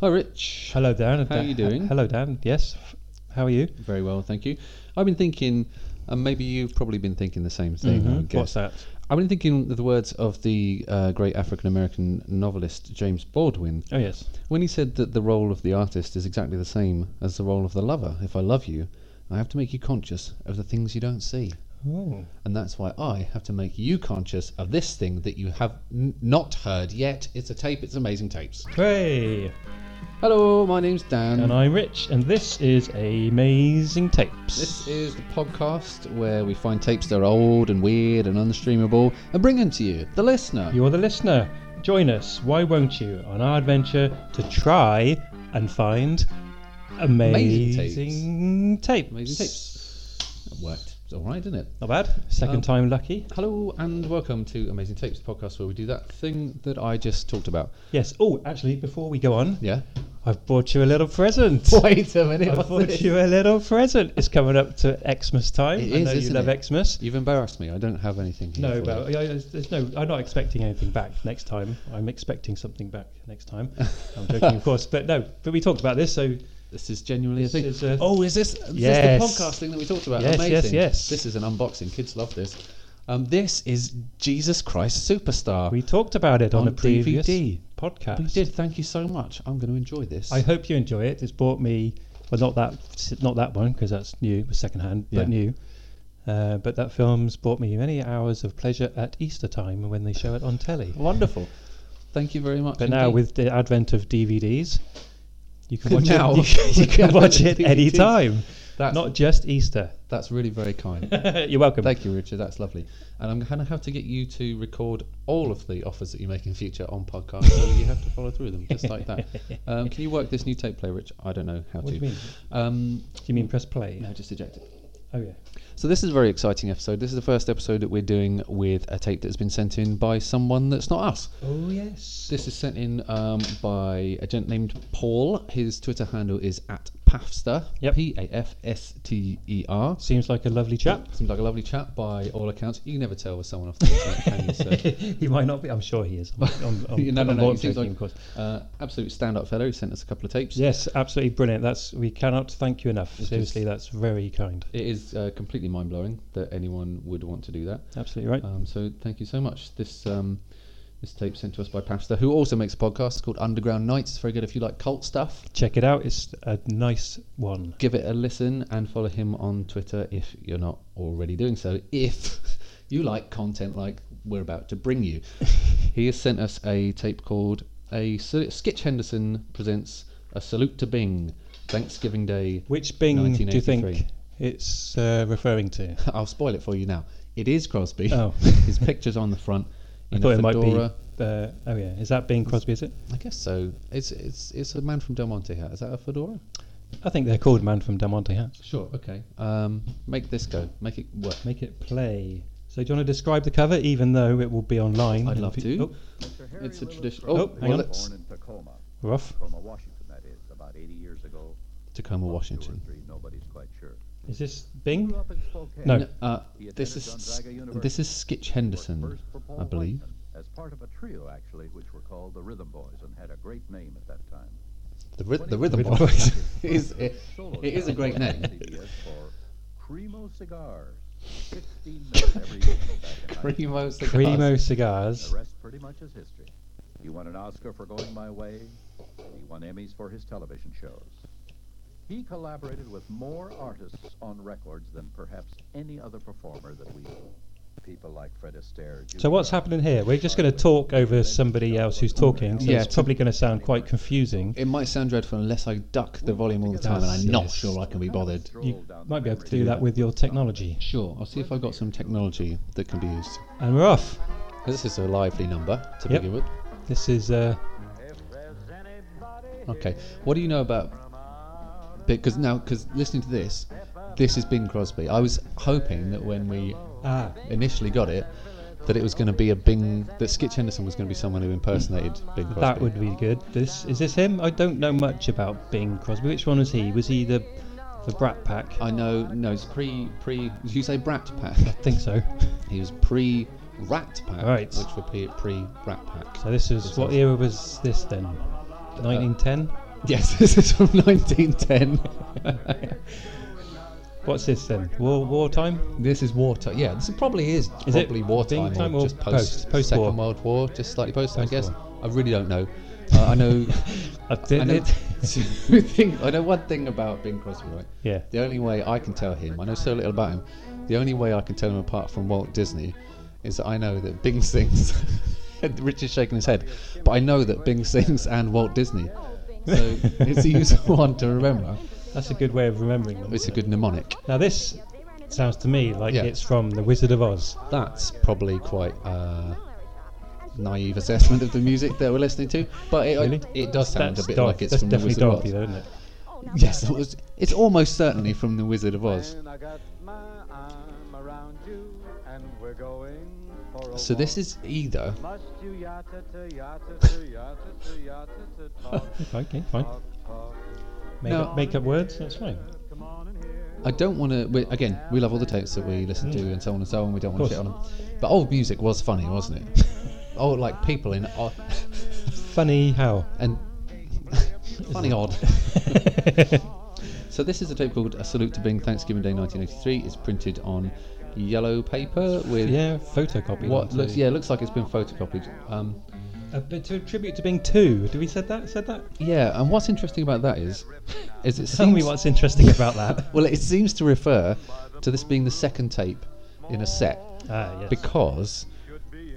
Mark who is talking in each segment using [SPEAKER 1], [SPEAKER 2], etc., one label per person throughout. [SPEAKER 1] Hi, Rich.
[SPEAKER 2] Hello, Dan.
[SPEAKER 1] How are you doing?
[SPEAKER 2] Hello, Dan. Yes. F- How are you?
[SPEAKER 1] Very well, thank you. I've been thinking, and maybe you've probably been thinking the same thing. I would
[SPEAKER 2] Mm-hmm.
[SPEAKER 1] guess.
[SPEAKER 2] What's that?
[SPEAKER 1] I've been thinking the words of the uh, great African American novelist James Baldwin
[SPEAKER 2] Oh, yes.
[SPEAKER 1] when he said that the role of the artist is exactly the same as the role of the lover. If I love you, I have to make you conscious of the things you don't see.
[SPEAKER 2] Oh.
[SPEAKER 1] And that's why I have to make you conscious of this thing that you have n- not heard yet. It's a tape, it's amazing tapes.
[SPEAKER 2] Hey,
[SPEAKER 1] Hello, my name's Dan.
[SPEAKER 2] and I'm Rich, and this is Amazing Tapes.
[SPEAKER 1] This is the podcast where we find tapes that are old and weird and unstreamable and bring them to you, the listener.
[SPEAKER 2] You're the listener. Join us, why won't you, on our adventure to try and find amazing, tapes.
[SPEAKER 1] Amazing tapes. That worked. It's all right, didn't it?
[SPEAKER 2] Not bad. Second
[SPEAKER 1] Um,
[SPEAKER 2] time lucky.
[SPEAKER 1] Hello and welcome to Amazing Tapes, the podcast where we do that thing that I just talked about.
[SPEAKER 2] Yes. Oh, actually, before we go on,
[SPEAKER 1] Yeah.
[SPEAKER 2] I've brought you a little present.
[SPEAKER 1] Wait a minute.
[SPEAKER 2] I
[SPEAKER 1] what's
[SPEAKER 2] bought
[SPEAKER 1] this?
[SPEAKER 2] you a little present. It's coming up to Xmas time.
[SPEAKER 1] It
[SPEAKER 2] I
[SPEAKER 1] is,
[SPEAKER 2] know you
[SPEAKER 1] isn't
[SPEAKER 2] love
[SPEAKER 1] it?
[SPEAKER 2] Xmas.
[SPEAKER 1] You've embarrassed me. I don't have anything here.
[SPEAKER 2] No,
[SPEAKER 1] for
[SPEAKER 2] well,
[SPEAKER 1] you.
[SPEAKER 2] I, I- there's there's no. I'm not expecting anything back next time. I'm expecting something back next time. I'm joking, of course, but no. But we talked about this, so
[SPEAKER 1] this is genuinely a
[SPEAKER 2] this
[SPEAKER 1] thing.
[SPEAKER 2] is a-
[SPEAKER 1] oh, is this, is
[SPEAKER 2] Yes.
[SPEAKER 1] this the podcast thing that we talked about?
[SPEAKER 2] Yes,
[SPEAKER 1] Amazing.
[SPEAKER 2] yes, yes.
[SPEAKER 1] This is an unboxing. Kids love this. Um, this is Jesus Christ Superstar.
[SPEAKER 2] we talked about it on,
[SPEAKER 1] On
[SPEAKER 2] a previous
[SPEAKER 1] DVD.
[SPEAKER 2] podcast.
[SPEAKER 1] We did. Thank you so much. I'm going to enjoy this.
[SPEAKER 2] I hope you enjoy it. It's brought me, well, not that, not that one because that's new, it was secondhand,
[SPEAKER 1] Yeah.
[SPEAKER 2] but new. Uh, but that film's brought me many hours of pleasure at Easter time when they show it on telly.
[SPEAKER 1] Wonderful. Thank you very much.
[SPEAKER 2] But now
[SPEAKER 1] indeed.
[SPEAKER 2] with the advent of DVDs, you can watch
[SPEAKER 1] Now,
[SPEAKER 2] it. You can, you
[SPEAKER 1] with the
[SPEAKER 2] can watch
[SPEAKER 1] advent
[SPEAKER 2] it
[SPEAKER 1] of
[SPEAKER 2] any
[SPEAKER 1] DVDs.
[SPEAKER 2] time,
[SPEAKER 1] that's,
[SPEAKER 2] not just Easter.
[SPEAKER 1] that's really very kind.
[SPEAKER 2] You're welcome.
[SPEAKER 1] Thank you, Richard. That's lovely. And I'm going to have to get you to record all of the offers that you make in future on podcast. so you have to follow through them, just like that. Um, can you work this new tape player, Rich? I don't know how
[SPEAKER 2] What do
[SPEAKER 1] to.
[SPEAKER 2] you mean?
[SPEAKER 1] Um,
[SPEAKER 2] Do you mean press play?
[SPEAKER 1] no, just eject it.
[SPEAKER 2] Oh yeah.
[SPEAKER 1] So this is a very exciting episode. This is the first episode that we're doing with a tape that's been sent in by someone that's not us.
[SPEAKER 2] Oh yes.
[SPEAKER 1] This is sent in um, by a gent named Paul. His Twitter handle is at Pafster.
[SPEAKER 2] Yep.
[SPEAKER 1] P A F S T E R.
[SPEAKER 2] Seems like a lovely chap.
[SPEAKER 1] Seems like a lovely chap by all accounts. You can never tell with someone off the internet, can you? So,
[SPEAKER 2] he might not be. I'm sure he is. I'm, I'm, I'm,
[SPEAKER 1] No, no,
[SPEAKER 2] I'm
[SPEAKER 1] no,
[SPEAKER 2] not
[SPEAKER 1] he seems like-
[SPEAKER 2] joking, of course.
[SPEAKER 1] uh, absolute stand-up fellow. He sent us a couple of tapes.
[SPEAKER 2] Yes, absolutely brilliant. That's we cannot thank you enough.
[SPEAKER 1] It's
[SPEAKER 2] Seriously, that's very kind.
[SPEAKER 1] It is uh, completely mind-blowing that anyone would want to do that.
[SPEAKER 2] Absolutely right.
[SPEAKER 1] Um, so thank you so much. This um, this tape sent to us by Pasta, who also makes a podcast called Underground Nights. It's very good if you like cult stuff.
[SPEAKER 2] Check it out. It's a nice one.
[SPEAKER 1] Give it a listen and follow him on Twitter if you're not already doing so. If you like content like we're about to bring you, he has sent us a tape called "A Sil- Skitch Henderson Presents a Salute to Bing." Thanksgiving Day.
[SPEAKER 2] Which Bing do you think
[SPEAKER 1] 1983.
[SPEAKER 2] it's uh, referring to?
[SPEAKER 1] I'll spoil it for you now. It is Crosby.
[SPEAKER 2] Oh,
[SPEAKER 1] His picture's on the front.
[SPEAKER 2] I
[SPEAKER 1] in a
[SPEAKER 2] thought it might be.
[SPEAKER 1] fedora.
[SPEAKER 2] Uh, oh yeah, is that Bing Crosby? Is it?
[SPEAKER 1] I guess so. It's it's it's a man from Del Monte hat. Is that a fedora?
[SPEAKER 2] I think they're called Man from Del Monte Hats.
[SPEAKER 1] Sure. Okay. Um, make this go. Make it work.
[SPEAKER 2] Make it play. So do you want to describe the cover, even though it will be online?
[SPEAKER 1] I'd
[SPEAKER 2] and
[SPEAKER 1] love
[SPEAKER 2] pe-
[SPEAKER 1] to.
[SPEAKER 2] Oh,
[SPEAKER 1] It's a tradition-
[SPEAKER 2] oh, hang on.
[SPEAKER 3] Born in Tacoma,
[SPEAKER 2] we're off.
[SPEAKER 3] Tacoma, Washington, that is, about 80 years ago.
[SPEAKER 1] Tacoma,
[SPEAKER 3] One, two, or
[SPEAKER 1] Washington.
[SPEAKER 3] three, nobody's quite sure.
[SPEAKER 2] Is this Bing?
[SPEAKER 3] Grew up in Spokane.
[SPEAKER 2] No.
[SPEAKER 1] N- Uh,
[SPEAKER 3] He
[SPEAKER 1] this
[SPEAKER 3] attended
[SPEAKER 1] is
[SPEAKER 3] Gonzaga University.
[SPEAKER 1] this is Skitch Henderson,
[SPEAKER 3] Worked first for Paul
[SPEAKER 1] I believe.
[SPEAKER 3] Whiteman As part of a trio, actually, which were called the Rhythm Boys and had a great name at that time.
[SPEAKER 1] The, ry- the
[SPEAKER 3] Twenty-
[SPEAKER 1] rhythm
[SPEAKER 2] Rhythm
[SPEAKER 1] boys.
[SPEAKER 2] Boys.
[SPEAKER 1] it is it,
[SPEAKER 3] Solo
[SPEAKER 1] it is a
[SPEAKER 3] chart
[SPEAKER 1] great
[SPEAKER 3] on
[SPEAKER 1] name.
[SPEAKER 3] CBS for Cremo Cigars. 15 minutes every evening back in 1983.
[SPEAKER 1] Primo cigars.
[SPEAKER 2] Primo Cigars.
[SPEAKER 3] The rest pretty much is history. He won an Oscar for Going My Way, and he won Emmys for his television shows. He collaborated with more artists on records than perhaps any other performer that we know. People like Fred Astaire. Judy
[SPEAKER 2] So what's
[SPEAKER 3] Garland,
[SPEAKER 2] happening here? We're just going to talk over somebody else who's talking, so
[SPEAKER 1] Yeah.
[SPEAKER 2] it's probably going to sound quite confusing.
[SPEAKER 1] It might sound dreadful unless I duck the volume all the time, and
[SPEAKER 2] That's-
[SPEAKER 1] I'm not
[SPEAKER 2] yes.
[SPEAKER 1] sure I can be bothered.
[SPEAKER 3] stroll
[SPEAKER 2] You
[SPEAKER 3] down the
[SPEAKER 2] might be able to
[SPEAKER 3] memory
[SPEAKER 2] do that
[SPEAKER 3] lane.
[SPEAKER 2] with your technology.
[SPEAKER 1] Sure, I'll see if I've got some technology that can be used.
[SPEAKER 2] And we're off.
[SPEAKER 1] This is a lively number to
[SPEAKER 2] Yep.
[SPEAKER 1] begin with.
[SPEAKER 2] This is uh,
[SPEAKER 3] If there's anybody
[SPEAKER 1] Okay, what do you know about
[SPEAKER 3] from out
[SPEAKER 1] because now because listening to this this is bing crosby i was hoping that when we
[SPEAKER 2] ah
[SPEAKER 1] initially got it that it was going to be a bing that skitch henderson was going to be someone who impersonated bing crosby
[SPEAKER 2] That would be good. This is this him? I don't know much about Bing Crosby. Which one was he? Was he the the Brat Pack? I
[SPEAKER 1] i know no it's pre pre did you say brat pack
[SPEAKER 2] think so.
[SPEAKER 1] he was pre rat pack
[SPEAKER 2] Right.
[SPEAKER 1] which would be pre rat pack Uh,
[SPEAKER 2] So this is what era was this then? 1910.
[SPEAKER 1] Yes, this is from 1910.
[SPEAKER 2] What's this then? War wartime?
[SPEAKER 1] this is wartime. Yeah, this probably is
[SPEAKER 2] Is it
[SPEAKER 1] probably wartime
[SPEAKER 2] being-time or
[SPEAKER 1] just
[SPEAKER 2] post- post-war?
[SPEAKER 1] Second World War, just slightly post, I guess.
[SPEAKER 2] Post-war.
[SPEAKER 1] I really don't know. Uh, I know.
[SPEAKER 2] I
[SPEAKER 1] I
[SPEAKER 2] did
[SPEAKER 1] know
[SPEAKER 2] it.
[SPEAKER 1] two thing- I know one thing about Bing Crosby. Right?
[SPEAKER 2] Yeah.
[SPEAKER 1] The only way I can tell him, I know so little about him. The only way I can tell him apart from Walt Disney is that I know that Bing sings. and Richard's shaking his head, but I know that Bing sings and Walt Disney. So it's a useful one to remember.
[SPEAKER 2] That's a good way of remembering them.
[SPEAKER 1] It's a good mnemonic.
[SPEAKER 2] Now this sounds to me like
[SPEAKER 1] Yeah.
[SPEAKER 2] it's from The Wizard of Oz.
[SPEAKER 1] That's probably quite a naive assessment of the music that we're listening to, but it,
[SPEAKER 2] Really?
[SPEAKER 1] it does sound
[SPEAKER 2] That's
[SPEAKER 1] a bit
[SPEAKER 2] Dorothy-
[SPEAKER 1] like it's
[SPEAKER 2] that's
[SPEAKER 1] from the
[SPEAKER 2] definitely
[SPEAKER 1] Wizard of
[SPEAKER 2] Dorothy,
[SPEAKER 1] Oz.
[SPEAKER 2] though, isn't it?
[SPEAKER 1] Yes, it was, it's almost certainly from the Wizard of Oz.
[SPEAKER 4] And I got my arm around you, and we're going for a
[SPEAKER 1] So this
[SPEAKER 4] walk.
[SPEAKER 1] is either
[SPEAKER 4] Must you yata to yata to yata to yata to talk,
[SPEAKER 2] Okay, fine.
[SPEAKER 4] talk, talk.
[SPEAKER 2] Make,
[SPEAKER 1] No.
[SPEAKER 2] up, make up words. That's fine.
[SPEAKER 4] Come on in here.
[SPEAKER 1] I don't want to. Again, we love all the tapes that we listen to and so on and so on. We don't want to
[SPEAKER 2] course.
[SPEAKER 1] shit on them. But old music was funny, wasn't it? oh, like people in odd
[SPEAKER 2] Funny how.
[SPEAKER 1] and funny odd. so this is a tape called "A Salute to Bing." Thanksgiving Day, 1983. It's printed on yellow paper with
[SPEAKER 2] Yeah, photocopy.
[SPEAKER 1] what looks yeah it looks like it's been photocopied. Um,
[SPEAKER 2] A bit to tribute to Bing Two. Did we said that? Said that?
[SPEAKER 1] yeah, and what's interesting about that is, is it
[SPEAKER 2] Tell me
[SPEAKER 1] seems
[SPEAKER 2] what's interesting about that.
[SPEAKER 1] well it seems to refer to this being the second tape in a set
[SPEAKER 2] ah, yes.
[SPEAKER 1] because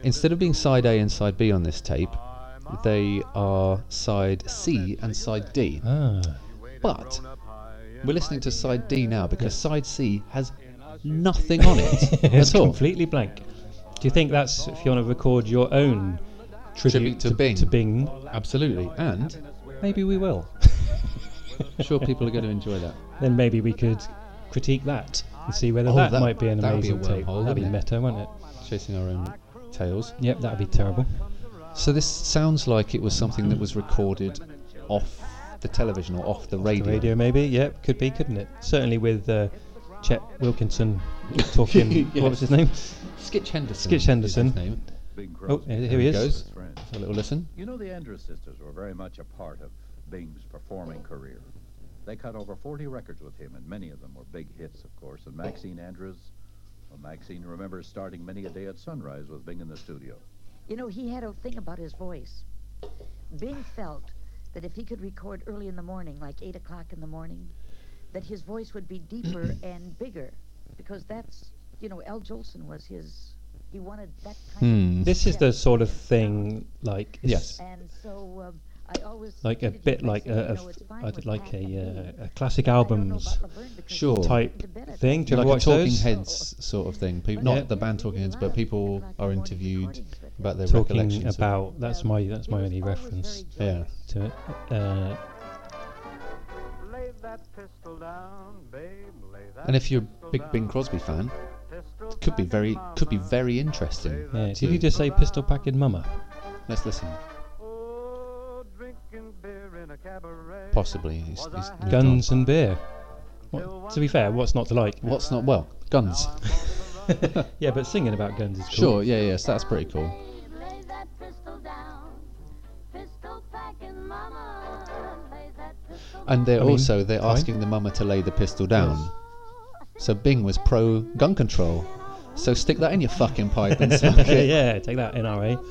[SPEAKER 1] instead of being side A and side B on this tape, they are side C and side D.
[SPEAKER 2] ah,
[SPEAKER 1] But we're listening to side D now because side C has nothing on it
[SPEAKER 2] it's
[SPEAKER 1] at all.
[SPEAKER 2] completely blank. Do you think that's if you want to record your own
[SPEAKER 1] Tribute
[SPEAKER 2] tribute,
[SPEAKER 1] to Bing.
[SPEAKER 2] To Bing,
[SPEAKER 1] Absolutely, and
[SPEAKER 2] maybe we will.
[SPEAKER 1] I'm sure people are going to enjoy that.
[SPEAKER 2] then maybe we could critique that and see whether
[SPEAKER 1] Oh,
[SPEAKER 2] that,
[SPEAKER 1] that-
[SPEAKER 2] might be an
[SPEAKER 1] that would be a
[SPEAKER 2] amazing tape.
[SPEAKER 1] wormhole,
[SPEAKER 2] That'd be
[SPEAKER 1] wouldn't it?
[SPEAKER 2] meta, wouldn't it?
[SPEAKER 1] Chasing our own tails.
[SPEAKER 2] Yep, that'd be terrible.
[SPEAKER 1] So this sounds like it was something that was recorded off the television or off the
[SPEAKER 2] The
[SPEAKER 1] radio.
[SPEAKER 2] radio, maybe. Yep, could be, couldn't it? Certainly with uh, Chet Wilkinson talking.
[SPEAKER 1] Yes.
[SPEAKER 2] What was his name?
[SPEAKER 1] Skitch Henderson.
[SPEAKER 2] Skitch
[SPEAKER 1] is his
[SPEAKER 2] Henderson.
[SPEAKER 1] name.
[SPEAKER 3] Bing
[SPEAKER 2] Oh,
[SPEAKER 3] Crosby.
[SPEAKER 2] here here he
[SPEAKER 1] There he
[SPEAKER 2] is.
[SPEAKER 1] goes.
[SPEAKER 3] friend.
[SPEAKER 1] Have a little listen.
[SPEAKER 3] You know, the Andrews sisters were very much a part of Bing's performing career. They cut over 40 records with him, and many of them were big hits, of course. And Maxine Andrews, well, Maxine remembers starting many a day at sunrise with Bing in the studio.
[SPEAKER 5] You know, he had a thing about his voice. Bing felt that if he could record early in the morning, like 8 o'clock in the morning, that his voice would be deeper and bigger. Because that's, you know, Al Jolson was his. He wanted that kind
[SPEAKER 1] Hmm.
[SPEAKER 5] of.
[SPEAKER 2] This is
[SPEAKER 5] Yeah.
[SPEAKER 2] the sort of thing like
[SPEAKER 1] Yes.
[SPEAKER 5] And so um, I always.
[SPEAKER 2] Hmm. like a
[SPEAKER 5] pleaded with
[SPEAKER 2] bit like
[SPEAKER 5] Maxine,
[SPEAKER 2] a,
[SPEAKER 5] you know, it's
[SPEAKER 2] a
[SPEAKER 5] fine
[SPEAKER 2] I'd
[SPEAKER 5] with
[SPEAKER 2] like
[SPEAKER 5] Pat and
[SPEAKER 2] a,
[SPEAKER 5] me.
[SPEAKER 2] uh, a classic
[SPEAKER 5] I don't know
[SPEAKER 2] albums
[SPEAKER 5] about Laverne because he's
[SPEAKER 1] Sure.
[SPEAKER 2] type
[SPEAKER 5] into bed at
[SPEAKER 2] thing. Do you
[SPEAKER 1] like
[SPEAKER 2] ever
[SPEAKER 1] a
[SPEAKER 2] watch
[SPEAKER 1] Talking
[SPEAKER 2] those?
[SPEAKER 1] Heads sort of thing. People,
[SPEAKER 2] Yeah.
[SPEAKER 1] not the band Talking Heads, but people are interviewed about their
[SPEAKER 2] Talking
[SPEAKER 1] recollections. of-
[SPEAKER 2] about that's my that's
[SPEAKER 5] He
[SPEAKER 2] my
[SPEAKER 5] um, was
[SPEAKER 2] only
[SPEAKER 5] always
[SPEAKER 2] reference
[SPEAKER 5] very
[SPEAKER 1] yeah.
[SPEAKER 5] jealous.
[SPEAKER 2] to it. Uh,
[SPEAKER 4] Lay that pistol down, babe. Lay that
[SPEAKER 1] And if you're a
[SPEAKER 4] pistol
[SPEAKER 1] big Bing
[SPEAKER 4] down.
[SPEAKER 1] Crosby fan,
[SPEAKER 4] Pistol
[SPEAKER 1] it could be
[SPEAKER 4] back in
[SPEAKER 1] very could be
[SPEAKER 4] mama.
[SPEAKER 1] very interesting.
[SPEAKER 2] yeah. Did
[SPEAKER 1] to-
[SPEAKER 2] you just say pistol packing mama?
[SPEAKER 1] Let's listen.
[SPEAKER 4] Oh, drinking beer in a cabaret.
[SPEAKER 1] Possibly. He's,
[SPEAKER 4] Was
[SPEAKER 1] he's
[SPEAKER 4] I
[SPEAKER 1] moved on.
[SPEAKER 2] Guns and beer. What, to be fair, what's not to like?
[SPEAKER 1] What's not well? Guns.
[SPEAKER 2] Yeah, but singing about guns is cool.
[SPEAKER 1] Sure. Yeah. Yes. That's pretty cool.
[SPEAKER 6] Lay that pistol down. Pistol packing mama. Lay that pistol
[SPEAKER 1] And they're
[SPEAKER 2] I mean,
[SPEAKER 1] also they're
[SPEAKER 2] fine.
[SPEAKER 1] asking the mama to lay the pistol down. So Bing was pro gun control. So stick that in your fucking pipe and smoke it.
[SPEAKER 2] yeah, take that NRA.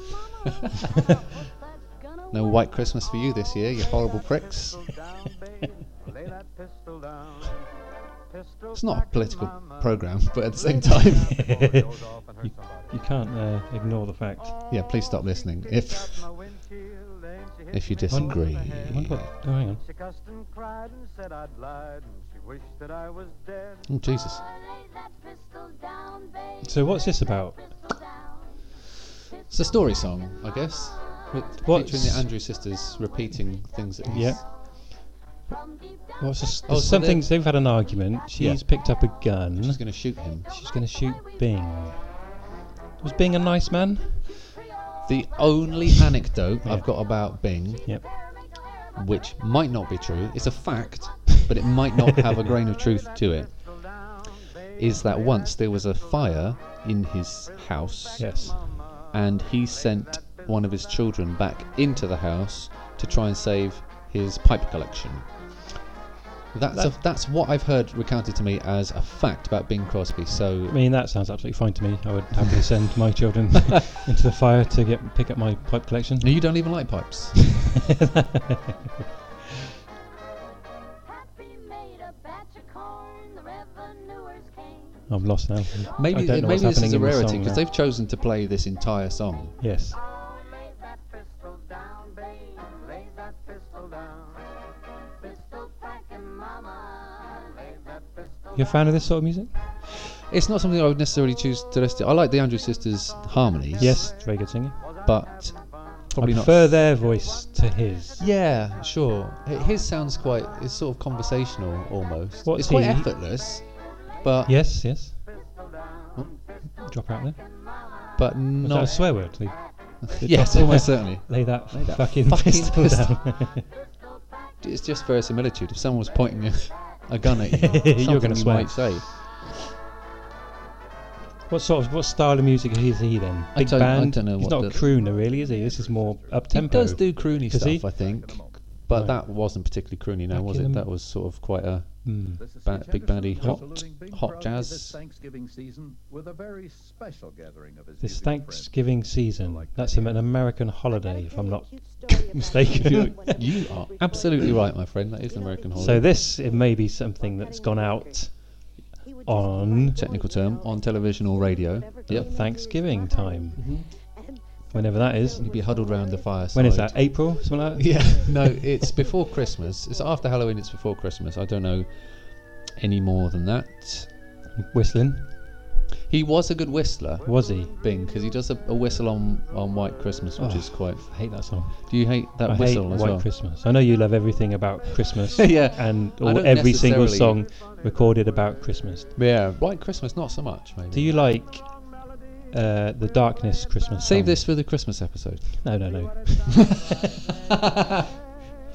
[SPEAKER 1] No white Christmas for you this year, you horrible pricks.
[SPEAKER 4] Pistol down, babe. Lay that pistol down. Pistol
[SPEAKER 1] It's not a
[SPEAKER 4] back in
[SPEAKER 1] political
[SPEAKER 4] mama.
[SPEAKER 1] program, but at the same time,
[SPEAKER 4] Before it goes off and hurts somebody.
[SPEAKER 2] You can't uh, ignore the fact.
[SPEAKER 1] yeah. Please stop listening if
[SPEAKER 4] Got Oh, my windshield and she hit
[SPEAKER 1] if you
[SPEAKER 4] me over the
[SPEAKER 1] disagree.
[SPEAKER 4] head.
[SPEAKER 2] I wonder what- oh, hang on.
[SPEAKER 4] She cussed and cried and said I'd lied and she wished that I was dead.
[SPEAKER 1] Oh Jesus.
[SPEAKER 6] Lay that pistol down, baby.
[SPEAKER 2] So what's this about?
[SPEAKER 6] Pistol down.
[SPEAKER 1] It's a story song, I guess. With
[SPEAKER 2] What's-
[SPEAKER 1] featuring the Andrew sisters repeating things that he's
[SPEAKER 2] Yeah.
[SPEAKER 6] From deep down.
[SPEAKER 2] What's this?
[SPEAKER 1] Oh, so
[SPEAKER 2] something.
[SPEAKER 1] they're-
[SPEAKER 2] They've had an argument. She's
[SPEAKER 1] Yeah.
[SPEAKER 2] picked up a gun.
[SPEAKER 1] she's going to shoot him.
[SPEAKER 2] She's going to shoot Bing. Was Bing a nice man?
[SPEAKER 1] The only anecdote I've got about Bing,
[SPEAKER 2] Yep.
[SPEAKER 1] which might not be true, it's a fact, but it might not have a grain of truth to it,
[SPEAKER 4] Pistol down, babe.
[SPEAKER 1] is that once there was a fire in his house,
[SPEAKER 2] Yes.
[SPEAKER 4] Mama.
[SPEAKER 1] and he sent one of his children back into the house to try and save his pipe collection. That's a, that's what I've heard recounted to me as a fact about Bing Crosby. So
[SPEAKER 2] I mean, that sounds absolutely fine to me. I would happily send my children into the fire to get pick up my pipe collection.
[SPEAKER 1] No, you don't even like pipes.
[SPEAKER 6] Happy made a batch of corn, the revenuers came.
[SPEAKER 2] I'm lost now.
[SPEAKER 1] Maybe
[SPEAKER 2] don't know
[SPEAKER 1] maybe
[SPEAKER 2] what's
[SPEAKER 1] this is
[SPEAKER 2] happening
[SPEAKER 1] a
[SPEAKER 2] in the
[SPEAKER 1] rarity
[SPEAKER 2] song
[SPEAKER 1] because
[SPEAKER 2] now.
[SPEAKER 1] they've chosen to play this entire song.
[SPEAKER 2] Yes.
[SPEAKER 4] Oh, lay that pistol down, babe. Lay that pistol down.
[SPEAKER 6] Pistol packing mama.
[SPEAKER 4] Lay that pistol
[SPEAKER 2] You're a fan of this sort of music?
[SPEAKER 1] It's not something I would necessarily choose to listen to. I like the Andrews Sisters harmonies.
[SPEAKER 2] Yes, it's a very good singer.
[SPEAKER 1] but probably
[SPEAKER 2] I
[SPEAKER 1] not.
[SPEAKER 2] prefer their voice to his.
[SPEAKER 1] Yeah, sure. H- His sounds quite. It's sort of conversational almost.
[SPEAKER 2] What's
[SPEAKER 1] it's quite
[SPEAKER 2] he-
[SPEAKER 1] effortless, but
[SPEAKER 2] Yes, yes.
[SPEAKER 1] Oh.
[SPEAKER 2] Drop out there.
[SPEAKER 1] but
[SPEAKER 2] Was that
[SPEAKER 1] not.
[SPEAKER 2] a swear word? Lay,
[SPEAKER 1] yes, almost certainly.
[SPEAKER 2] lay that,
[SPEAKER 1] Lay that
[SPEAKER 2] fucking,
[SPEAKER 1] fucking
[SPEAKER 2] pistol
[SPEAKER 1] pistol.
[SPEAKER 2] down.
[SPEAKER 1] It's just verisimilitude. If someone was pointing a, a gun at you,
[SPEAKER 2] You're
[SPEAKER 1] something
[SPEAKER 2] gonna
[SPEAKER 1] you
[SPEAKER 2] swear.
[SPEAKER 1] might say.
[SPEAKER 2] what sort of what style of music is he then? Big
[SPEAKER 1] don't- I
[SPEAKER 2] band.
[SPEAKER 1] don't know
[SPEAKER 2] He's
[SPEAKER 1] what
[SPEAKER 2] not
[SPEAKER 1] the-
[SPEAKER 2] a crooner really, is he? This is more up tempo.
[SPEAKER 1] He does do croony
[SPEAKER 2] Does
[SPEAKER 1] stuff,
[SPEAKER 2] he?
[SPEAKER 1] I think, but
[SPEAKER 2] Right.
[SPEAKER 1] that wasn't particularly croony now,
[SPEAKER 2] Back
[SPEAKER 1] was
[SPEAKER 2] in
[SPEAKER 1] it?
[SPEAKER 2] the-
[SPEAKER 1] That was sort of quite a.
[SPEAKER 2] Hmm.
[SPEAKER 3] This is
[SPEAKER 1] Ba-
[SPEAKER 3] Stitch
[SPEAKER 1] Big
[SPEAKER 3] Henderson
[SPEAKER 1] Bandy
[SPEAKER 3] who's
[SPEAKER 1] hot-
[SPEAKER 3] saluting Bing
[SPEAKER 1] hot
[SPEAKER 3] Crosby this
[SPEAKER 1] jazz.
[SPEAKER 3] Thanksgiving season with a very special gathering of his
[SPEAKER 2] This
[SPEAKER 3] musical friends.
[SPEAKER 2] Thanksgiving season.
[SPEAKER 3] Like
[SPEAKER 2] That's
[SPEAKER 3] many
[SPEAKER 2] an
[SPEAKER 3] others.
[SPEAKER 2] American holiday, if I'm not mistaken.
[SPEAKER 1] You, you are absolutely right, my friend. That is an American holiday.
[SPEAKER 2] so this it may be something that's gone out on
[SPEAKER 1] technical term on television or radio. Yep.
[SPEAKER 2] Thanksgiving time. Whenever that is.
[SPEAKER 1] You'd be huddled round the fireside.
[SPEAKER 2] When is that? April? Something like that?
[SPEAKER 1] Yeah, no, it's before Christmas. It's after Halloween. It's before Christmas. I don't know any more than that.
[SPEAKER 2] Whistling.
[SPEAKER 1] He was a good whistler,
[SPEAKER 2] Was he?
[SPEAKER 1] Bing, because he does a, a whistle on, on White Christmas, which
[SPEAKER 2] Oh.
[SPEAKER 1] is quite.
[SPEAKER 2] I hate that song.
[SPEAKER 1] Do you hate that
[SPEAKER 2] I
[SPEAKER 1] whistle
[SPEAKER 2] hate
[SPEAKER 1] as
[SPEAKER 2] White
[SPEAKER 1] well?
[SPEAKER 2] Christmas. I know you love everything about Christmas.
[SPEAKER 1] Yeah.
[SPEAKER 2] And
[SPEAKER 1] I
[SPEAKER 2] all,
[SPEAKER 1] don't
[SPEAKER 2] every single
[SPEAKER 1] necessarily-
[SPEAKER 2] song recorded about Christmas.
[SPEAKER 1] Yeah, White Christmas, not so much. Maybe.
[SPEAKER 2] Do you like uh, the Darkness Christmas?
[SPEAKER 1] save
[SPEAKER 2] song?
[SPEAKER 1] this for the Christmas episode?
[SPEAKER 2] No, no, no. I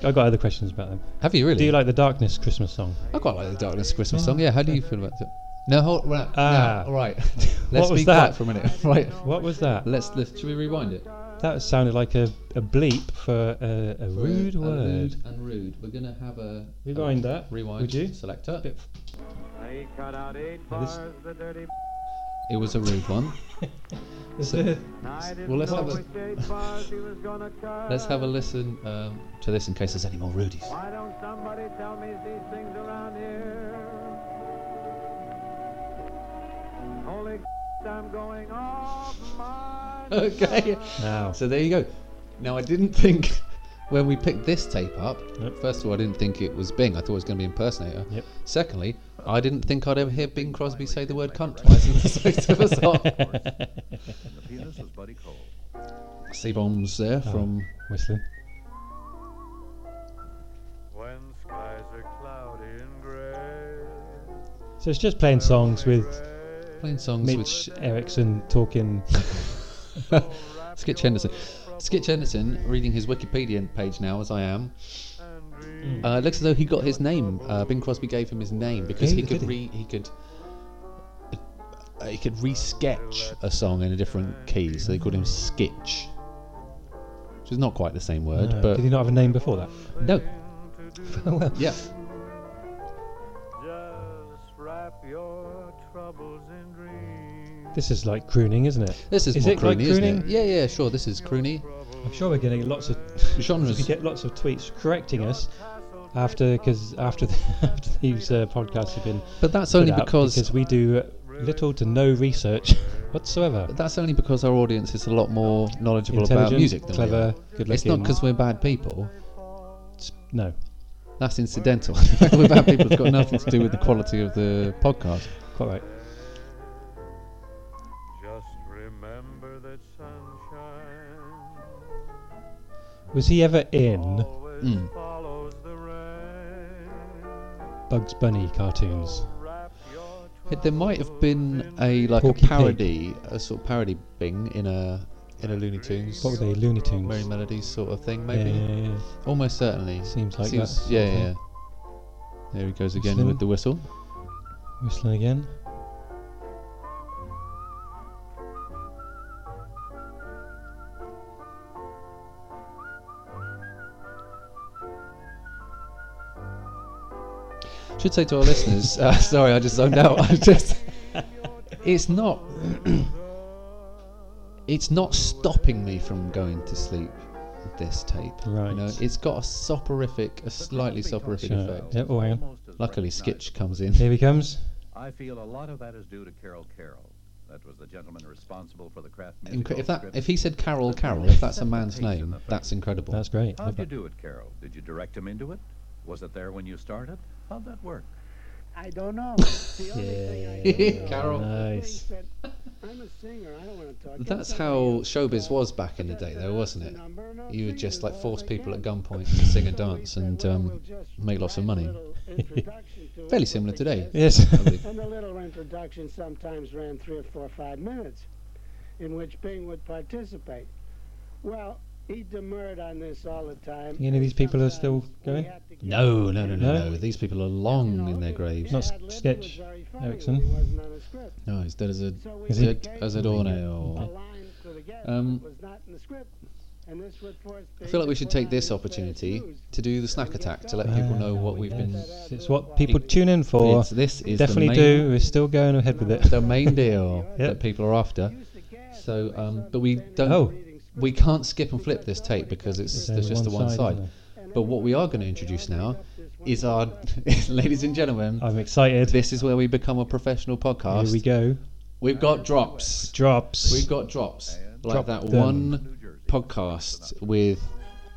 [SPEAKER 2] got other questions about them.
[SPEAKER 1] Have you really?
[SPEAKER 2] Do you like the Darkness Christmas song?
[SPEAKER 1] I quite like the Darkness Christmas song. Yeah, how do you feel about it? No, hold right.
[SPEAKER 2] Ah.
[SPEAKER 1] no, all right.
[SPEAKER 2] What
[SPEAKER 1] Let's
[SPEAKER 2] was
[SPEAKER 1] be quiet
[SPEAKER 2] that?
[SPEAKER 1] for a minute. Right.
[SPEAKER 2] What was that?
[SPEAKER 1] Let's lift. Should we rewind it?
[SPEAKER 2] That sounded like a, a bleep for a, a rude
[SPEAKER 1] A
[SPEAKER 2] word.
[SPEAKER 1] Rude and rude. We're gonna have a um,
[SPEAKER 2] Rewind that,
[SPEAKER 1] Rewind.
[SPEAKER 2] would you?
[SPEAKER 1] Selector.
[SPEAKER 2] Bit-
[SPEAKER 4] I cut out eight
[SPEAKER 2] Now this-
[SPEAKER 4] bars, the dirty.
[SPEAKER 1] It was a rude one. So-
[SPEAKER 4] I didn't
[SPEAKER 1] let's
[SPEAKER 4] know
[SPEAKER 1] have a-
[SPEAKER 4] which eight bars he was gonna cut.
[SPEAKER 1] Let's have a listen um, to this in case there's any more rudies.
[SPEAKER 4] Why don't somebody tell me these things around here? Holy I'm going off my.
[SPEAKER 1] Okay.
[SPEAKER 2] Now,
[SPEAKER 1] So there you go. Now I didn't think when we picked this tape up.
[SPEAKER 2] Yep.
[SPEAKER 1] First of all, I didn't think it was Bing. I thought it was going to be impersonator.
[SPEAKER 2] Yep.
[SPEAKER 1] Secondly, I didn't think I'd ever hear Bing Crosby say the word cunt twice in the space of a song.
[SPEAKER 3] And the pianist was Buddy Cole.
[SPEAKER 1] C bombs there
[SPEAKER 2] Oh.
[SPEAKER 1] from.
[SPEAKER 2] whistling.
[SPEAKER 4] When skies are cloudy and gray.
[SPEAKER 2] So it's just playing songs with
[SPEAKER 1] Playing songs with
[SPEAKER 2] Mitch Erickson talking.
[SPEAKER 1] Skitch Henderson. Skitch Henderson, reading his Wikipedia page now, as I am, uh, looks as though he got his name. Uh, Bing Crosby gave him his name because
[SPEAKER 2] Did
[SPEAKER 1] he
[SPEAKER 2] he?
[SPEAKER 1] could
[SPEAKER 2] Did
[SPEAKER 1] re he could uh, he could re-sketch a song in a different key, so they called him Skitch, which is not quite the same word,
[SPEAKER 2] No,
[SPEAKER 1] but
[SPEAKER 2] Uh, Did he not have a name before that?
[SPEAKER 1] no,
[SPEAKER 2] well,
[SPEAKER 1] yeah,
[SPEAKER 4] Just wrap your troubles in dreams.
[SPEAKER 2] this is like crooning, isn't it?
[SPEAKER 1] this is,
[SPEAKER 2] Is
[SPEAKER 1] more
[SPEAKER 2] it
[SPEAKER 1] croony,
[SPEAKER 2] like
[SPEAKER 1] isn't it?
[SPEAKER 2] crooning?
[SPEAKER 1] Yeah, yeah, sure, this is croony
[SPEAKER 2] I'm sure we're getting lots of we
[SPEAKER 1] genres.
[SPEAKER 2] get lots of tweets correcting us after because after, the, after these uh, podcasts have been
[SPEAKER 1] But that's
[SPEAKER 2] put
[SPEAKER 1] only
[SPEAKER 2] out
[SPEAKER 1] because
[SPEAKER 2] because we do little to no research whatsoever.
[SPEAKER 1] that's only because our audience is a lot more knowledgeable about
[SPEAKER 2] Intelligent,
[SPEAKER 1] music than we are.
[SPEAKER 2] clever, good looking.
[SPEAKER 1] It's not because we're bad people.
[SPEAKER 2] no.
[SPEAKER 1] That's incidental. We've had people who've got nothing to do with the quality of the podcast.
[SPEAKER 2] Quite right.
[SPEAKER 4] Just remember that sunshine
[SPEAKER 2] Was he ever in
[SPEAKER 4] always
[SPEAKER 1] Mm.
[SPEAKER 4] follows the rain.
[SPEAKER 2] Bugs Bunny cartoons?
[SPEAKER 4] Wrap your
[SPEAKER 1] It- there might have been a like
[SPEAKER 2] Porky
[SPEAKER 1] a
[SPEAKER 2] Pig.
[SPEAKER 1] parody, a sort of parody thing in a in a Looney Tunes,
[SPEAKER 2] What were they? Looney Tunes.
[SPEAKER 1] Merry Melodies sort of thing, maybe.
[SPEAKER 2] Yeah, yeah, yeah.
[SPEAKER 1] Almost certainly.
[SPEAKER 2] Seems like that sort
[SPEAKER 1] Yeah,
[SPEAKER 2] of
[SPEAKER 1] yeah.
[SPEAKER 2] thing.
[SPEAKER 1] There he goes again
[SPEAKER 2] Slim.
[SPEAKER 1] with the whistle.
[SPEAKER 2] Whistling again.
[SPEAKER 1] Should say to our listeners, uh, sorry, I just zoned out. I just, it's not, it's not stopping me from going to sleep. This tape,
[SPEAKER 2] Right.
[SPEAKER 1] You know, it's got a soporific, a slightly soporific
[SPEAKER 2] Sure.
[SPEAKER 1] effect.
[SPEAKER 2] Yep, oh, hang on.
[SPEAKER 3] Almost as
[SPEAKER 1] Luckily,
[SPEAKER 3] recognizable.
[SPEAKER 1] Skitch comes in.
[SPEAKER 2] Here he comes.
[SPEAKER 3] I feel a lot of that is due to Carol Carroll. That was the gentleman responsible for the craft musical
[SPEAKER 1] Incre- if that,
[SPEAKER 3] script.
[SPEAKER 1] if he said Carol Carol, if that's a man's name, that's incredible.
[SPEAKER 2] That's great.
[SPEAKER 3] How'd
[SPEAKER 2] Love
[SPEAKER 3] you
[SPEAKER 2] that.
[SPEAKER 3] do it, Carol? Did you direct him into it? Was it there when you started? How'd that work?
[SPEAKER 7] I don't know. The only thing I do know is
[SPEAKER 1] Carol.
[SPEAKER 2] Nice.
[SPEAKER 7] that I'm a singer. I don't want to talk.
[SPEAKER 1] That's how showbiz was back in the day, though, wasn't it? You would just like force people at gunpoint to sing a dance and um, make lots of money. Fairly similar today.
[SPEAKER 2] Yes.
[SPEAKER 1] Probably.
[SPEAKER 7] And the little introduction sometimes ran three or four or five minutes, in which Bing would participate. Well, he demurred on this all the time.
[SPEAKER 2] Any of these people are still going?
[SPEAKER 1] No, no, no, no,
[SPEAKER 2] No?
[SPEAKER 1] no, These people are long in their graves.
[SPEAKER 2] Not Sketch Erickson.
[SPEAKER 1] No, it's dead as a
[SPEAKER 2] Is
[SPEAKER 1] as
[SPEAKER 2] he?
[SPEAKER 1] a, as a doornail. Um, I feel like we should take this opportunity to do the snack attack to let people know what we've been.
[SPEAKER 2] Ah, Yes, It's what people tune in for.
[SPEAKER 1] It's, this is
[SPEAKER 2] Definitely
[SPEAKER 1] the main,
[SPEAKER 2] do. We're still going ahead with it.
[SPEAKER 1] the main deal
[SPEAKER 2] Yep.
[SPEAKER 1] that people are after. So, um, but we don't.
[SPEAKER 2] Oh.
[SPEAKER 1] We can't skip and flip this tape because it's
[SPEAKER 2] It's
[SPEAKER 1] there's
[SPEAKER 2] only
[SPEAKER 1] just the one side.
[SPEAKER 2] isn't
[SPEAKER 1] But what we are going to introduce now is our, ladies and gentlemen,
[SPEAKER 2] there? I'm excited.
[SPEAKER 1] this is where we become a professional podcast.
[SPEAKER 2] Here we go.
[SPEAKER 1] we have got drops.
[SPEAKER 2] Drops.
[SPEAKER 1] We've got drops. Like
[SPEAKER 2] Drop
[SPEAKER 1] that
[SPEAKER 2] them.
[SPEAKER 1] one podcast with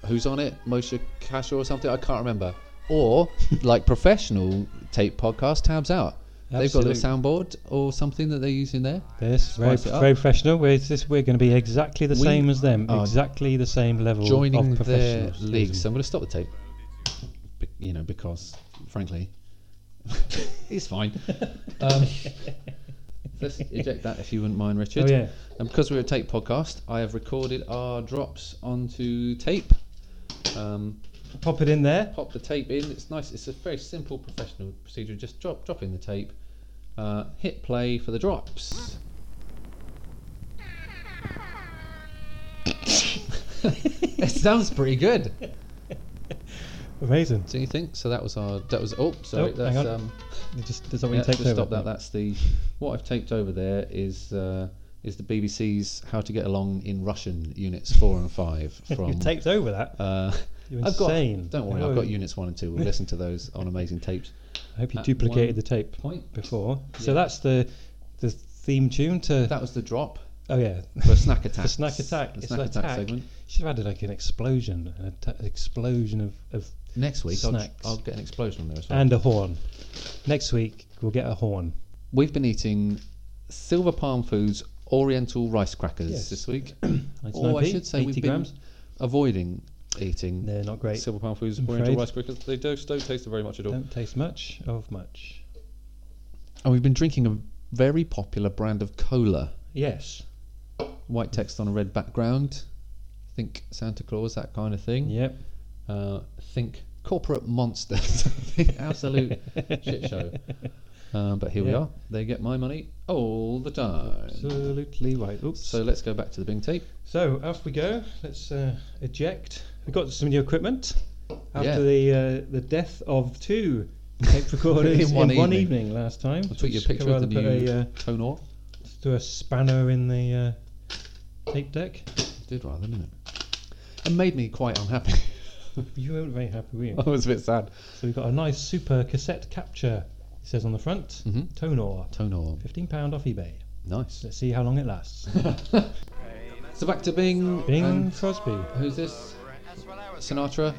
[SPEAKER 1] who's on it? Moshe Kasher or something? I can't remember. Or like professional tape podcast tabs out. They've got a little soundboard or something that they use in there.
[SPEAKER 2] This very,
[SPEAKER 1] Spice it up.
[SPEAKER 2] very professional. We're, this, we're going to be exactly the
[SPEAKER 1] We
[SPEAKER 2] same as them.
[SPEAKER 1] are
[SPEAKER 2] Exactly the same level
[SPEAKER 1] Joining
[SPEAKER 2] of
[SPEAKER 1] their
[SPEAKER 2] professionals.
[SPEAKER 1] league. So I'm going to stop the tape. Be- you know, because frankly, it's fine. Um, let's eject that if you wouldn't mind, Richard.
[SPEAKER 2] Oh yeah.
[SPEAKER 1] And because we're a tape podcast, I have recorded our drops onto tape. Um,
[SPEAKER 2] Pop it in there.
[SPEAKER 1] pop the tape in. It's nice. It's a very simple professional procedure. Just drop, drop in the tape. Uh, hit play for the drops. it sounds pretty good.
[SPEAKER 2] Amazing.
[SPEAKER 1] Do you think? So that was our. That was. Oh, sorry.
[SPEAKER 2] Oh,
[SPEAKER 1] that's,
[SPEAKER 2] hang on.
[SPEAKER 1] um,
[SPEAKER 2] It just does that when
[SPEAKER 1] Yeah,
[SPEAKER 2] you take
[SPEAKER 1] just
[SPEAKER 2] over.
[SPEAKER 1] stop that. That's the what I've taped over there is uh, is the BBC's How to Get Along in Russian units four and five
[SPEAKER 2] you
[SPEAKER 1] from.
[SPEAKER 2] taped over that.
[SPEAKER 1] uh,
[SPEAKER 2] You're
[SPEAKER 1] I've got.
[SPEAKER 2] insane.
[SPEAKER 1] Don't worry,
[SPEAKER 2] Oh,
[SPEAKER 1] I've got units one and two. We'll listen to those on amazing tapes.
[SPEAKER 2] I hope you
[SPEAKER 1] at
[SPEAKER 2] duplicated
[SPEAKER 1] one
[SPEAKER 2] the tape
[SPEAKER 1] Point.
[SPEAKER 2] before. So
[SPEAKER 1] Yeah.
[SPEAKER 2] that's the the theme tune to.
[SPEAKER 1] That was the drop
[SPEAKER 2] oh yeah.
[SPEAKER 1] for snack attack.
[SPEAKER 2] snack attack.
[SPEAKER 1] The
[SPEAKER 2] It's
[SPEAKER 1] snack
[SPEAKER 2] an
[SPEAKER 1] attack,
[SPEAKER 2] attack.
[SPEAKER 1] segment.
[SPEAKER 2] Should have added like an explosion, an atta- explosion of, of
[SPEAKER 1] Next week, I'll,
[SPEAKER 2] Snacks.
[SPEAKER 1] I'll get an explosion on there as well.
[SPEAKER 2] and a horn. Next week we'll get a horn.
[SPEAKER 1] we've been eating Silver Palm Foods Oriental rice crackers
[SPEAKER 2] Yes.
[SPEAKER 1] this week.
[SPEAKER 2] 99p,
[SPEAKER 1] Or I should say,
[SPEAKER 2] 80
[SPEAKER 1] we've
[SPEAKER 2] grams.
[SPEAKER 1] been avoiding eating
[SPEAKER 2] They're not great.
[SPEAKER 1] Silver Pound Foods,
[SPEAKER 2] I'm
[SPEAKER 1] Oriental
[SPEAKER 2] afraid.
[SPEAKER 1] Rice Crackers, they don't, don't taste very much at all.
[SPEAKER 2] Don't taste much of much.
[SPEAKER 1] And we've been drinking a very popular brand of cola.
[SPEAKER 2] Yes.
[SPEAKER 1] White text on a red background. Think Santa Claus, that kind of thing.
[SPEAKER 2] Yep.
[SPEAKER 1] Uh, think corporate monsters. Absolute shit show. Uh, but here we
[SPEAKER 2] Yeah.
[SPEAKER 1] are. They get my money all the time.
[SPEAKER 2] Absolutely right. Oops.
[SPEAKER 1] So
[SPEAKER 2] So,
[SPEAKER 1] let's go back to the Bing tape.
[SPEAKER 2] off we go. Let's uh, eject. We've got some new equipment
[SPEAKER 1] Yeah.
[SPEAKER 2] after the uh, the death of two tape recorders
[SPEAKER 1] In one evening.
[SPEAKER 2] evening last time.
[SPEAKER 1] I'll tweet you a
[SPEAKER 2] Which
[SPEAKER 1] picture of the
[SPEAKER 2] Carrara put
[SPEAKER 1] new
[SPEAKER 2] a, uh,
[SPEAKER 1] Tonor.
[SPEAKER 2] threw a spanner in the uh, tape deck.
[SPEAKER 1] Did rather, didn't it? It made me quite unhappy.
[SPEAKER 2] You weren't very happy, were you?
[SPEAKER 1] I was a bit sad.
[SPEAKER 2] So we've got a nice super cassette capture. It says on the front,
[SPEAKER 1] Mhm.
[SPEAKER 2] Tonor,
[SPEAKER 1] Tonor.
[SPEAKER 2] fifteen pound off eBay.
[SPEAKER 1] Nice.
[SPEAKER 2] Let's see how long it lasts.
[SPEAKER 1] So back to Bing.
[SPEAKER 2] Bing
[SPEAKER 1] and
[SPEAKER 2] Crosby.
[SPEAKER 1] Who's this? Sinatra?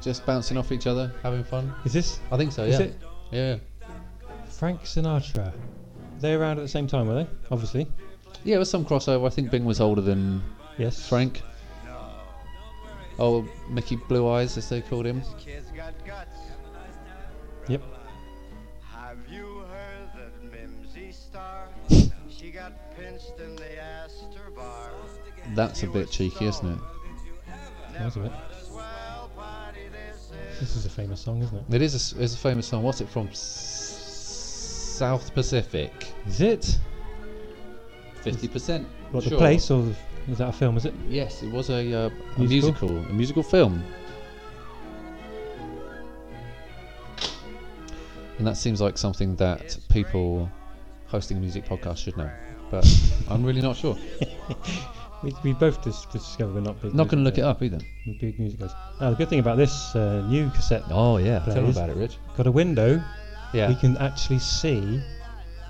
[SPEAKER 1] Just bouncing off each other, having fun?
[SPEAKER 2] Is this
[SPEAKER 1] I think so, yeah.
[SPEAKER 2] Is it?
[SPEAKER 1] Yeah.
[SPEAKER 2] Frank Sinatra? They around at the same time, were they? Obviously.
[SPEAKER 1] Yeah, it was some crossover. I think Bing was older than
[SPEAKER 2] Yes.
[SPEAKER 1] Frank. Oh, Mickey Blue Eyes, as they called him.
[SPEAKER 8] Kids got guts.
[SPEAKER 2] Yep.
[SPEAKER 8] Have you heard that Mimsy Star? She got pinched and they asked her bar.
[SPEAKER 1] That's a bit cheeky, isn't it?
[SPEAKER 2] That was a bit.
[SPEAKER 8] Swell party this is.
[SPEAKER 2] This is a famous song, isn't it?
[SPEAKER 1] It is a, s- it's a famous song. What's it from? S- South Pacific.
[SPEAKER 2] Is it?
[SPEAKER 1] 50%.
[SPEAKER 2] What the
[SPEAKER 1] sure.
[SPEAKER 2] place or the, is that a film? Is it?
[SPEAKER 1] Yes, it was a, uh, a
[SPEAKER 2] Musical?
[SPEAKER 1] musical, a musical film. And that seems like something that people hosting a music podcast should know. But I'm really not sure.
[SPEAKER 2] We, we both dis- discovered we're not big.
[SPEAKER 1] Not going to
[SPEAKER 2] music
[SPEAKER 1] look it
[SPEAKER 2] guys-
[SPEAKER 1] up either.
[SPEAKER 2] we're Big music guys. Now the good thing about this uh, new cassette,
[SPEAKER 1] Oh, yeah. Tell me
[SPEAKER 2] Please.
[SPEAKER 1] about it, Rich.
[SPEAKER 2] got a window.
[SPEAKER 1] Yeah.
[SPEAKER 2] We can actually see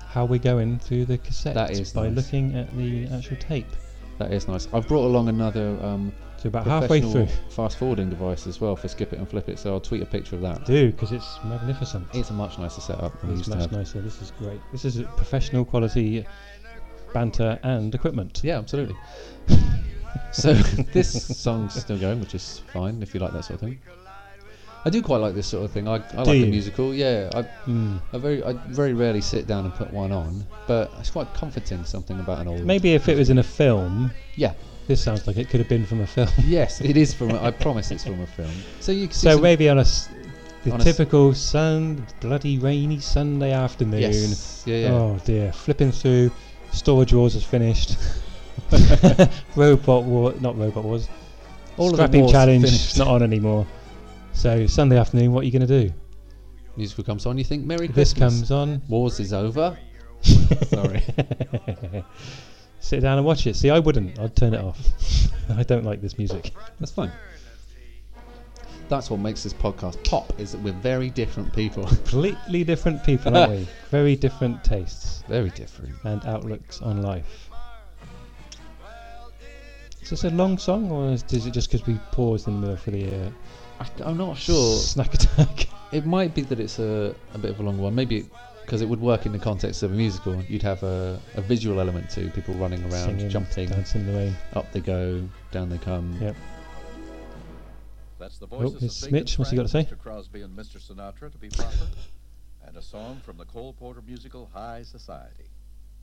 [SPEAKER 2] how we're going through the cassette
[SPEAKER 1] That is
[SPEAKER 2] by
[SPEAKER 1] nice.
[SPEAKER 2] looking at the actual tape.
[SPEAKER 1] That is nice. I've brought along another um,
[SPEAKER 2] So about halfway through.
[SPEAKER 1] fast forwarding device as well for skip it and flip it. So I'll tweet a picture of that.
[SPEAKER 2] Do because it's magnificent.
[SPEAKER 1] It's a much nicer setup than we
[SPEAKER 2] It's
[SPEAKER 1] used to
[SPEAKER 2] much
[SPEAKER 1] have.
[SPEAKER 2] nicer. This is great. This is professional quality banter and equipment.
[SPEAKER 1] Yeah, absolutely. so this song's still going, which is fine if you like that sort of thing. I do quite like this sort of thing. I, I like
[SPEAKER 2] you?
[SPEAKER 1] the musical. Yeah, I,
[SPEAKER 2] Hmm.
[SPEAKER 1] I very I very rarely sit down and put one on, but it's quite comforting. Something about an old.
[SPEAKER 2] Maybe if it was in a film,
[SPEAKER 1] Yeah.
[SPEAKER 2] this sounds like it could have been from a film.
[SPEAKER 1] Yes, it is from. A, I promise it's from a film. So you can see
[SPEAKER 2] So
[SPEAKER 1] some-
[SPEAKER 2] maybe on a s- the
[SPEAKER 1] On a s-
[SPEAKER 2] typical sun, bloody rainy Sunday afternoon.
[SPEAKER 1] Yes. Yeah. Yeah.
[SPEAKER 2] Oh dear, flipping through, storage wars is finished. robot war, not robot wars.
[SPEAKER 1] All of the
[SPEAKER 2] Scrapping
[SPEAKER 1] wars
[SPEAKER 2] challenge
[SPEAKER 1] finished.
[SPEAKER 2] not on anymore. So Sunday afternoon, what are you going to do?
[SPEAKER 1] Musical comes on. You think Merry
[SPEAKER 2] This
[SPEAKER 1] Christmas.
[SPEAKER 2] comes on.
[SPEAKER 1] Wars is over. Sorry.
[SPEAKER 2] Sit down and watch it. See, I wouldn't. I'd turn it off. I don't like this music.
[SPEAKER 1] That's fine. That's what makes this podcast pop. Is that we're very different people.
[SPEAKER 2] Completely different people, aren't we? Very different tastes
[SPEAKER 1] very different.
[SPEAKER 2] and outlooks on life. Is this a long song, or is is it just because we paused in the middle for the uh,
[SPEAKER 1] I, I'm not sure.
[SPEAKER 2] snack attack?
[SPEAKER 1] It might be that it's a, a bit of a long one. Maybe because it would work in the context of a musical. You'd have a, a visual element to people running around,
[SPEAKER 2] Singing,
[SPEAKER 1] jumping,
[SPEAKER 2] dancing in the rain.
[SPEAKER 1] up they go, down they come.
[SPEAKER 2] Yeah.
[SPEAKER 3] That's
[SPEAKER 1] Oh,
[SPEAKER 3] the voices
[SPEAKER 2] here's
[SPEAKER 3] of Big
[SPEAKER 2] Smitch. What's he got to say?
[SPEAKER 3] Mr. Crosby and Mr. Sinatra, to be proper, and a song from the Cole Porter musical High Society.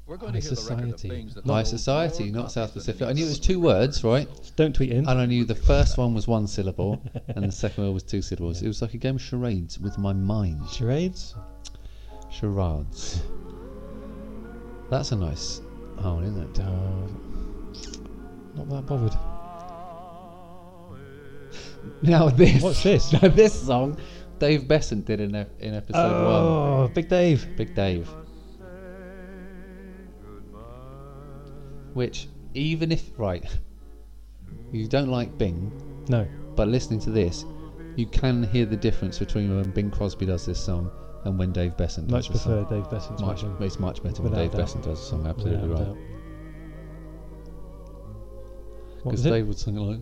[SPEAKER 3] We're going
[SPEAKER 2] High
[SPEAKER 3] to hear the record of
[SPEAKER 2] Society.
[SPEAKER 3] things that
[SPEAKER 1] High
[SPEAKER 3] sold
[SPEAKER 1] Society,
[SPEAKER 3] more
[SPEAKER 1] not
[SPEAKER 3] copies
[SPEAKER 1] South
[SPEAKER 3] than
[SPEAKER 1] Pacific.
[SPEAKER 3] any
[SPEAKER 1] I knew it was
[SPEAKER 3] other
[SPEAKER 1] two
[SPEAKER 3] record
[SPEAKER 1] words,
[SPEAKER 3] sold.
[SPEAKER 1] right?
[SPEAKER 2] Don't tweet in.
[SPEAKER 1] And I knew the first one was one syllable and the second one was two syllables. It was like a game of charades with my mind.
[SPEAKER 2] Charades.
[SPEAKER 1] Charades. That's a nice harmony, isn't it?
[SPEAKER 2] Uh, not that bothered.
[SPEAKER 1] Now this.
[SPEAKER 2] What's this?
[SPEAKER 1] Now this song, Dave Besant did in, ep- in episode one.
[SPEAKER 2] oh, Big Dave.
[SPEAKER 1] Big Dave. Which, even if right, you don't like Bing,
[SPEAKER 2] No.
[SPEAKER 1] but listening to this, you can hear the difference between when Bing Crosby does this song and when Dave Besant
[SPEAKER 2] Much
[SPEAKER 1] does this
[SPEAKER 2] prefer Dave Besson's
[SPEAKER 1] song.
[SPEAKER 2] version.
[SPEAKER 1] Much, it's much better when
[SPEAKER 2] Without
[SPEAKER 1] Dave
[SPEAKER 2] doubt.
[SPEAKER 1] Besant does the song. Absolutely
[SPEAKER 2] Without
[SPEAKER 1] right.
[SPEAKER 2] doubt. What
[SPEAKER 1] Because
[SPEAKER 2] was it?
[SPEAKER 1] Dave would sing like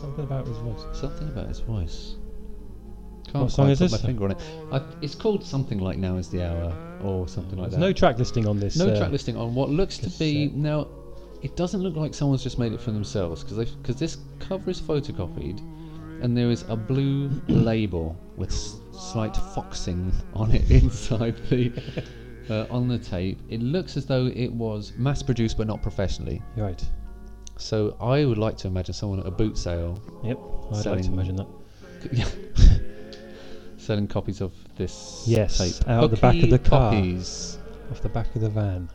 [SPEAKER 2] Something about his voice.
[SPEAKER 1] something about his voice. Can't
[SPEAKER 2] What song
[SPEAKER 1] quite
[SPEAKER 2] is
[SPEAKER 1] put
[SPEAKER 2] this
[SPEAKER 1] my
[SPEAKER 2] then?
[SPEAKER 1] finger on it. I, it's called something like "Now Is the Hour" or something like
[SPEAKER 2] There's
[SPEAKER 1] that.
[SPEAKER 2] no track listing on this.
[SPEAKER 1] no
[SPEAKER 2] uh,
[SPEAKER 1] track listing on what looks to be
[SPEAKER 2] cassette.
[SPEAKER 1] now. It doesn't look like someone's just made it for themselves because because this cover is photocopied, and there is a blue label with s- slight foxing on it inside the uh, on the tape. It looks as though it was mass produced but not professionally.
[SPEAKER 2] Right.
[SPEAKER 1] So I would like to imagine someone at a boot sale
[SPEAKER 2] Yep. I'd like to
[SPEAKER 1] Selling-
[SPEAKER 2] imagine that.
[SPEAKER 1] Yeah. Selling copies of this
[SPEAKER 2] Yes,
[SPEAKER 1] tape
[SPEAKER 2] out the back of
[SPEAKER 1] Hooky
[SPEAKER 2] the car.
[SPEAKER 1] copies.
[SPEAKER 2] Off the back of the van.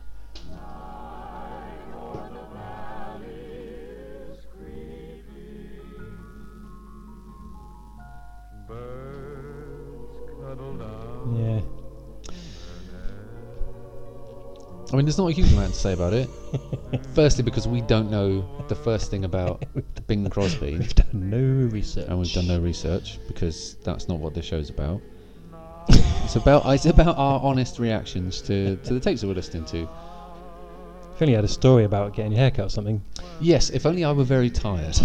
[SPEAKER 2] Yeah.
[SPEAKER 1] I mean, there's not a huge amount to say about it. Firstly, because we don't know the first thing about Bing Crosby,
[SPEAKER 2] We've done no research.
[SPEAKER 1] and we've done no research because that's not what this show's about. it's about it's about our honest reactions to, to the tapes that we're listening to.
[SPEAKER 2] If only you had a story about getting your haircut or something.
[SPEAKER 1] Yes, if only I were very tired.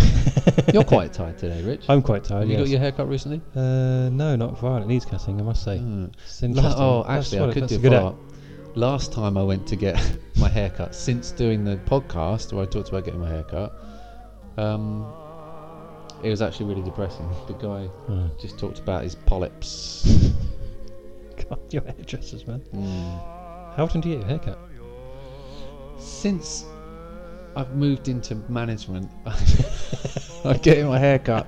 [SPEAKER 1] You're quite tired today, Rich.
[SPEAKER 2] I'm quite tired.
[SPEAKER 1] Have you got
[SPEAKER 2] yes.
[SPEAKER 1] your haircut recently?
[SPEAKER 2] Uh, no, not far. It needs cutting, I must say.
[SPEAKER 1] Mm.
[SPEAKER 2] It's
[SPEAKER 1] La-
[SPEAKER 2] interesting.
[SPEAKER 1] oh,
[SPEAKER 2] That's
[SPEAKER 1] actually,
[SPEAKER 2] what
[SPEAKER 1] I
[SPEAKER 2] it-
[SPEAKER 1] could
[SPEAKER 2] that's
[SPEAKER 1] do
[SPEAKER 2] a good
[SPEAKER 1] follow up. Last time I went to get my haircut, since doing the podcast where I talked about getting my haircut, um, it was actually really depressing. The guy
[SPEAKER 2] Oh.
[SPEAKER 1] just talked about his polyps.
[SPEAKER 2] act. God, your hairdressers, man.
[SPEAKER 1] Mm.
[SPEAKER 2] How often do you get your haircut?
[SPEAKER 1] Since I've moved into management, I'm getting my haircut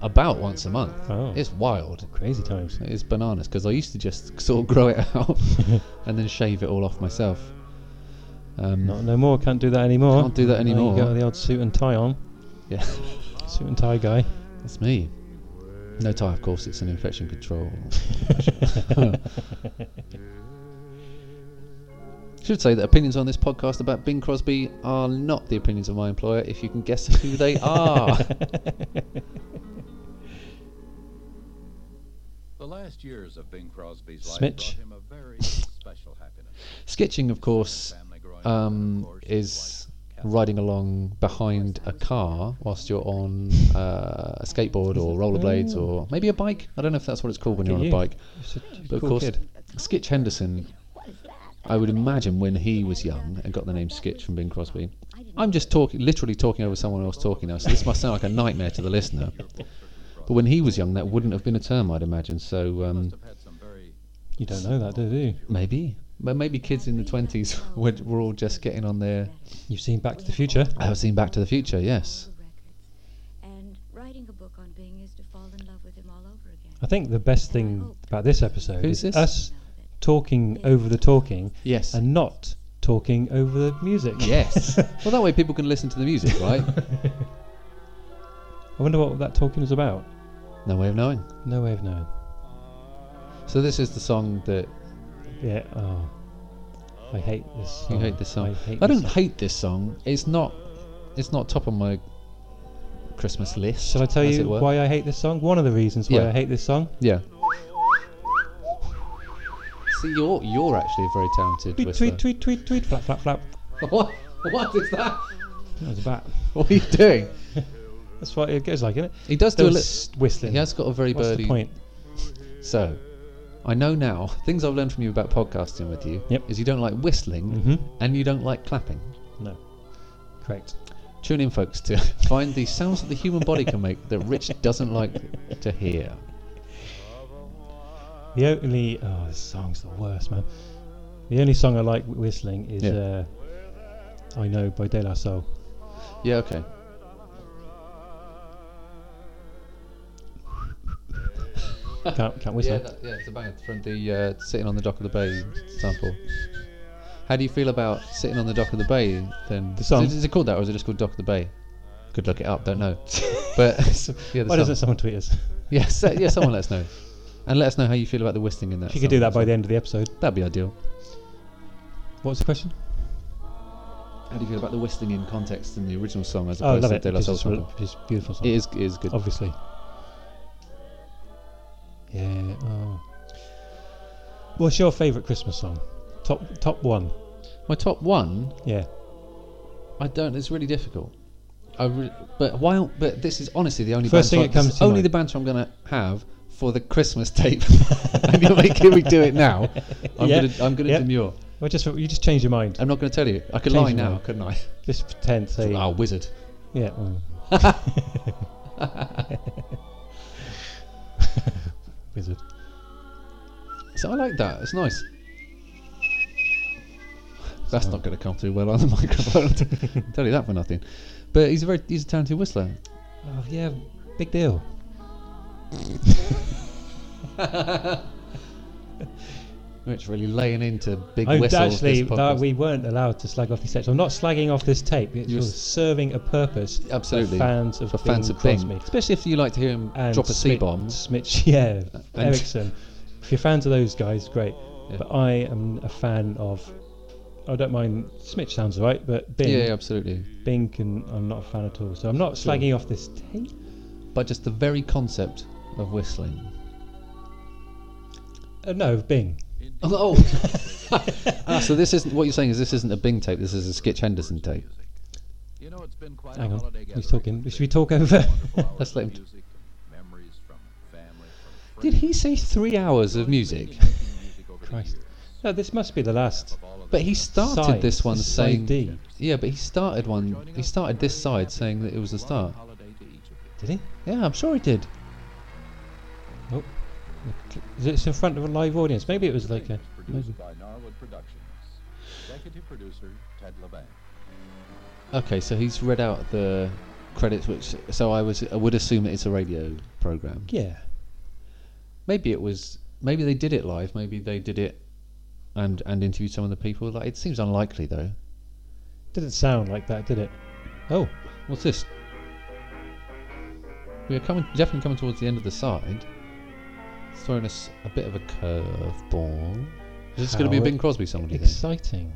[SPEAKER 1] about once a month.
[SPEAKER 2] Oh,
[SPEAKER 1] It's wild.
[SPEAKER 2] crazy times.
[SPEAKER 1] It's bananas because I used to just sort of grow it out and then shave it all off myself. Um,
[SPEAKER 2] Not no more. Can't do that anymore.
[SPEAKER 1] Can't do that
[SPEAKER 2] Now
[SPEAKER 1] anymore.
[SPEAKER 2] You got the odd suit and tie on.
[SPEAKER 1] yeah.
[SPEAKER 2] Suit and tie guy.
[SPEAKER 1] That's me. No tie, of course, it's an infection control. Should say that opinions on this podcast about Bing Crosby are not the opinions of my employer if you can guess who they are.
[SPEAKER 3] The last years of Bing Crosby's life
[SPEAKER 2] Smitch.
[SPEAKER 3] brought him a very special happiness.
[SPEAKER 1] Sketching, of course,
[SPEAKER 3] Family growing up on the
[SPEAKER 1] um,
[SPEAKER 3] course of
[SPEAKER 1] is
[SPEAKER 3] life.
[SPEAKER 1] riding along behind a car whilst you're on uh, a skateboard or rollerblades or maybe a bike. I don't know if that's what it's called when you're on a
[SPEAKER 2] you.
[SPEAKER 1] bike.
[SPEAKER 2] It's a
[SPEAKER 1] But of
[SPEAKER 2] cool
[SPEAKER 1] course,
[SPEAKER 2] kid.
[SPEAKER 1] Skitch Henderson, I would imagine when he was young and got the name Skitch from Bing Crosby. I'm just talking, literally talking over someone else talking now, so this must sound like a nightmare to the listener. But when he was young, that wouldn't have been a term, I'd imagine. So um,
[SPEAKER 3] Must have had some very
[SPEAKER 2] You don't know that, do you?
[SPEAKER 1] maybe, but maybe kids in the 20s were, were all just getting on their.
[SPEAKER 2] You've seen Back to the Future.
[SPEAKER 1] I have seen Back to the Future, yes.
[SPEAKER 9] And writing a book on Bing is to fall in love with him all over again.
[SPEAKER 2] I think the best thing about this episode
[SPEAKER 1] Who's
[SPEAKER 2] is
[SPEAKER 1] this?
[SPEAKER 2] us talking over the talking
[SPEAKER 1] Yes.
[SPEAKER 2] and not talking over the music.
[SPEAKER 1] yes. well, that way people can listen to the music, right?
[SPEAKER 2] I wonder what that talking was about.
[SPEAKER 1] No way of knowing.
[SPEAKER 2] No way of knowing.
[SPEAKER 1] So this is the song that
[SPEAKER 2] Yeah. Oh, I hate this. Song.
[SPEAKER 1] You hate this song.
[SPEAKER 2] Oh, I hate.
[SPEAKER 1] I
[SPEAKER 2] this
[SPEAKER 1] don't hate this song. It's not. It's not top of my Christmas list.
[SPEAKER 2] Shall I tell
[SPEAKER 1] as
[SPEAKER 2] you
[SPEAKER 1] it were.
[SPEAKER 2] why I hate this song? One of the reasons why
[SPEAKER 1] Yeah.
[SPEAKER 2] I hate this song.
[SPEAKER 1] Yeah. See, you're you're actually a very talented
[SPEAKER 2] Tweet,
[SPEAKER 1] whistler.
[SPEAKER 2] tweet, tweet, tweet, tweet, flap, flap, flap.
[SPEAKER 1] What? What is that?
[SPEAKER 2] That was about.
[SPEAKER 1] What are you doing?
[SPEAKER 2] That's what it goes like, isn't it?
[SPEAKER 1] He does do a little.
[SPEAKER 2] Those whistling.
[SPEAKER 1] He has got a very
[SPEAKER 2] What's
[SPEAKER 1] birdie.
[SPEAKER 2] the point?
[SPEAKER 1] So, I know now things I've learned from you about podcasting with you.
[SPEAKER 2] Yep.
[SPEAKER 1] Is you don't like whistling
[SPEAKER 2] Mm-hmm.
[SPEAKER 1] and you don't like clapping.
[SPEAKER 2] No. Correct.
[SPEAKER 1] Tune in, folks, to find the sounds that the human body can make that Rich doesn't like to hear.
[SPEAKER 2] The only oh, this song's the worst, man. The only song I like wh- whistling is
[SPEAKER 1] Yeah.
[SPEAKER 2] uh, "I Know" by De La Soul.
[SPEAKER 1] Yeah. Okay.
[SPEAKER 2] Can't can't whistle.
[SPEAKER 1] Yeah, that, yeah, it's a banger from the uh, "Sitting on the Dock of the Bay" sample. How do you feel about "Sitting on the Dock of the Bay"? Then
[SPEAKER 2] The song.
[SPEAKER 1] Is, it- is it called that, or is it just called "Dock of the Bay"? Could look it up. Don't know. but yeah, the
[SPEAKER 2] Why
[SPEAKER 1] song.
[SPEAKER 2] doesn't someone tweet us?
[SPEAKER 1] Yeah, so- yeah, someone let us know, and let us know how you feel about the whistling in that.
[SPEAKER 2] If you could do
[SPEAKER 1] song.
[SPEAKER 2] that by the end of the episode.
[SPEAKER 1] that'd be ideal.
[SPEAKER 2] What was the question?
[SPEAKER 1] How do you feel about the whistling in context in the original song as
[SPEAKER 2] Oh, I
[SPEAKER 1] opposed
[SPEAKER 2] love
[SPEAKER 1] to De
[SPEAKER 2] it.
[SPEAKER 1] La
[SPEAKER 2] It's,
[SPEAKER 1] Soul
[SPEAKER 2] just re-
[SPEAKER 1] sample?
[SPEAKER 2] it's a beautiful song.
[SPEAKER 1] It is, it is good.
[SPEAKER 2] obviously. Yeah. Oh. What's your favourite Christmas song? Top top one.
[SPEAKER 1] My top one,
[SPEAKER 2] Yeah.
[SPEAKER 1] I don't. It's really difficult. I re- but why? But this is honestly the only
[SPEAKER 2] First
[SPEAKER 1] banter
[SPEAKER 2] thing that
[SPEAKER 1] this
[SPEAKER 2] comes
[SPEAKER 1] is
[SPEAKER 2] to
[SPEAKER 1] only
[SPEAKER 2] mind.
[SPEAKER 1] the banter I'm gonna have for the Christmas tape, and you're making me do it now. I'm
[SPEAKER 2] Yeah,
[SPEAKER 1] gonna I'm gonna
[SPEAKER 2] yeah.
[SPEAKER 1] demur.
[SPEAKER 2] Well, just you just changed your mind. eh?
[SPEAKER 1] I'm not gonna tell you. I could
[SPEAKER 2] Change
[SPEAKER 1] lie
[SPEAKER 2] your
[SPEAKER 1] now,
[SPEAKER 2] mind.
[SPEAKER 1] couldn't I?
[SPEAKER 2] Just pretend say
[SPEAKER 1] Ah, wizard.
[SPEAKER 2] yeah. well. Wizard.
[SPEAKER 1] So I like that. It's nice. That's not gonna come through well on the microphone. I'll tell you that for nothing. But he's a very he's a talented whistler.
[SPEAKER 2] Oh yeah, big deal.
[SPEAKER 1] It's really laying into big
[SPEAKER 2] I'm
[SPEAKER 1] whistles.
[SPEAKER 2] actually,
[SPEAKER 1] this
[SPEAKER 2] no,
[SPEAKER 1] podcast.
[SPEAKER 2] we weren't allowed to slag off this tape. So I'm not slagging off this tape. It's
[SPEAKER 1] You're
[SPEAKER 2] was
[SPEAKER 1] s-
[SPEAKER 2] serving a purpose
[SPEAKER 1] Absolutely.
[SPEAKER 2] for fans of
[SPEAKER 1] for fans
[SPEAKER 2] Bing
[SPEAKER 1] of Bing,
[SPEAKER 2] Crosby.
[SPEAKER 1] especially if you like to hear him
[SPEAKER 2] and
[SPEAKER 1] drop a
[SPEAKER 2] Smit-
[SPEAKER 1] C bomb.
[SPEAKER 2] Smitch, yeah,
[SPEAKER 1] and-
[SPEAKER 2] Ericsson. If you're fans of those guys, great.
[SPEAKER 1] Yeah.
[SPEAKER 2] But I am a fan of. I don't mind. Smitch sounds alright, but Bing,
[SPEAKER 1] Yeah, absolutely.
[SPEAKER 2] Bing, can, I'm not a fan at all. So I'm not
[SPEAKER 1] Sure.
[SPEAKER 2] slagging off this tape.
[SPEAKER 1] But just the very concept of whistling.
[SPEAKER 2] Uh, no, Bing.
[SPEAKER 1] Oh, ah, so this isn't what you're saying is this isn't a Bing tape. This is a Skitch Henderson tape.
[SPEAKER 3] You know, it's been quite
[SPEAKER 2] Hang
[SPEAKER 3] a
[SPEAKER 2] on,
[SPEAKER 3] holiday
[SPEAKER 2] he's
[SPEAKER 3] gathering.
[SPEAKER 2] talking. Should we talk over?
[SPEAKER 3] Wonderful hours
[SPEAKER 1] Let's
[SPEAKER 3] of
[SPEAKER 1] let him t-
[SPEAKER 3] music and memories from family, from
[SPEAKER 1] Did
[SPEAKER 3] friends.
[SPEAKER 1] he say three hours of music?
[SPEAKER 3] He's been making music over the
[SPEAKER 2] Christ.
[SPEAKER 3] years.
[SPEAKER 2] no, this must be the last.
[SPEAKER 3] Of all of
[SPEAKER 1] But he started
[SPEAKER 2] side.
[SPEAKER 1] this one
[SPEAKER 2] This is
[SPEAKER 1] saying,
[SPEAKER 2] side D.
[SPEAKER 1] yeah, but he started one. He started this side saying that it was the start.
[SPEAKER 3] holiday to each of you.
[SPEAKER 2] Did he?
[SPEAKER 1] Yeah, I'm sure he did.
[SPEAKER 2] Is it it's in front of a live audience? Maybe it was like a.
[SPEAKER 3] Produced by Norwood Productions. Executive producer Ted Levine.
[SPEAKER 1] Okay, so he's read out the credits, which so I was I would assume it's a radio program.
[SPEAKER 2] Yeah.
[SPEAKER 1] maybe it was maybe they did it live maybe they did it and and interviewed some of the people like it seems unlikely though
[SPEAKER 2] Didn't sound like that, did it? Oh,
[SPEAKER 1] what's this we are coming, definitely coming towards the end of the side. It's throwing us a bit of a curveball. Is this going to be a
[SPEAKER 2] Howard.
[SPEAKER 1] Bing Crosby song? Do you think?
[SPEAKER 2] Exciting.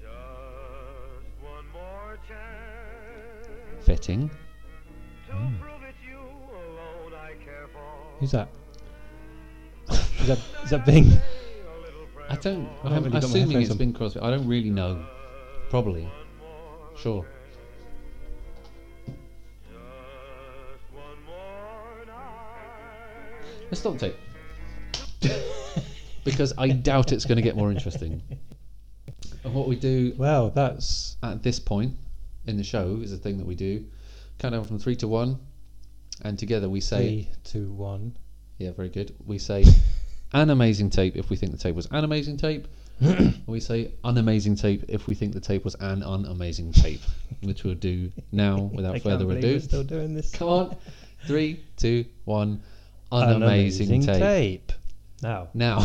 [SPEAKER 8] Just one more chance
[SPEAKER 1] Fitting.
[SPEAKER 8] to
[SPEAKER 1] Hmm.
[SPEAKER 8] prove it's you alone I care for.
[SPEAKER 2] Who's that? is that is that
[SPEAKER 8] A
[SPEAKER 2] Bing?
[SPEAKER 8] little prayer
[SPEAKER 1] I don't.
[SPEAKER 2] I
[SPEAKER 1] I am
[SPEAKER 2] haven't really got my
[SPEAKER 1] assuming
[SPEAKER 2] headphones
[SPEAKER 1] it's
[SPEAKER 2] on.
[SPEAKER 1] Bing Crosby. I don't really know. Probably. Sure.
[SPEAKER 8] Just one more night.
[SPEAKER 1] Let's stop the tape. because I doubt it's going to get more interesting. And what we do
[SPEAKER 2] Well, that's
[SPEAKER 1] at this point in the show is a thing that we do. Countdown from three to one, and together we say,
[SPEAKER 2] three, two, one.
[SPEAKER 1] "Yeah, very good." We say, "An amazing tape" if we think the tape was an amazing tape. and we say, "An amazing tape" if we think the tape was an unamazing tape, which we'll do now without
[SPEAKER 2] I can't
[SPEAKER 1] further
[SPEAKER 2] believe
[SPEAKER 1] ado.
[SPEAKER 2] We're still doing this.
[SPEAKER 1] Come on, three, two, one.
[SPEAKER 2] An
[SPEAKER 1] An amazing, tape.
[SPEAKER 2] tape. Now,
[SPEAKER 1] Now,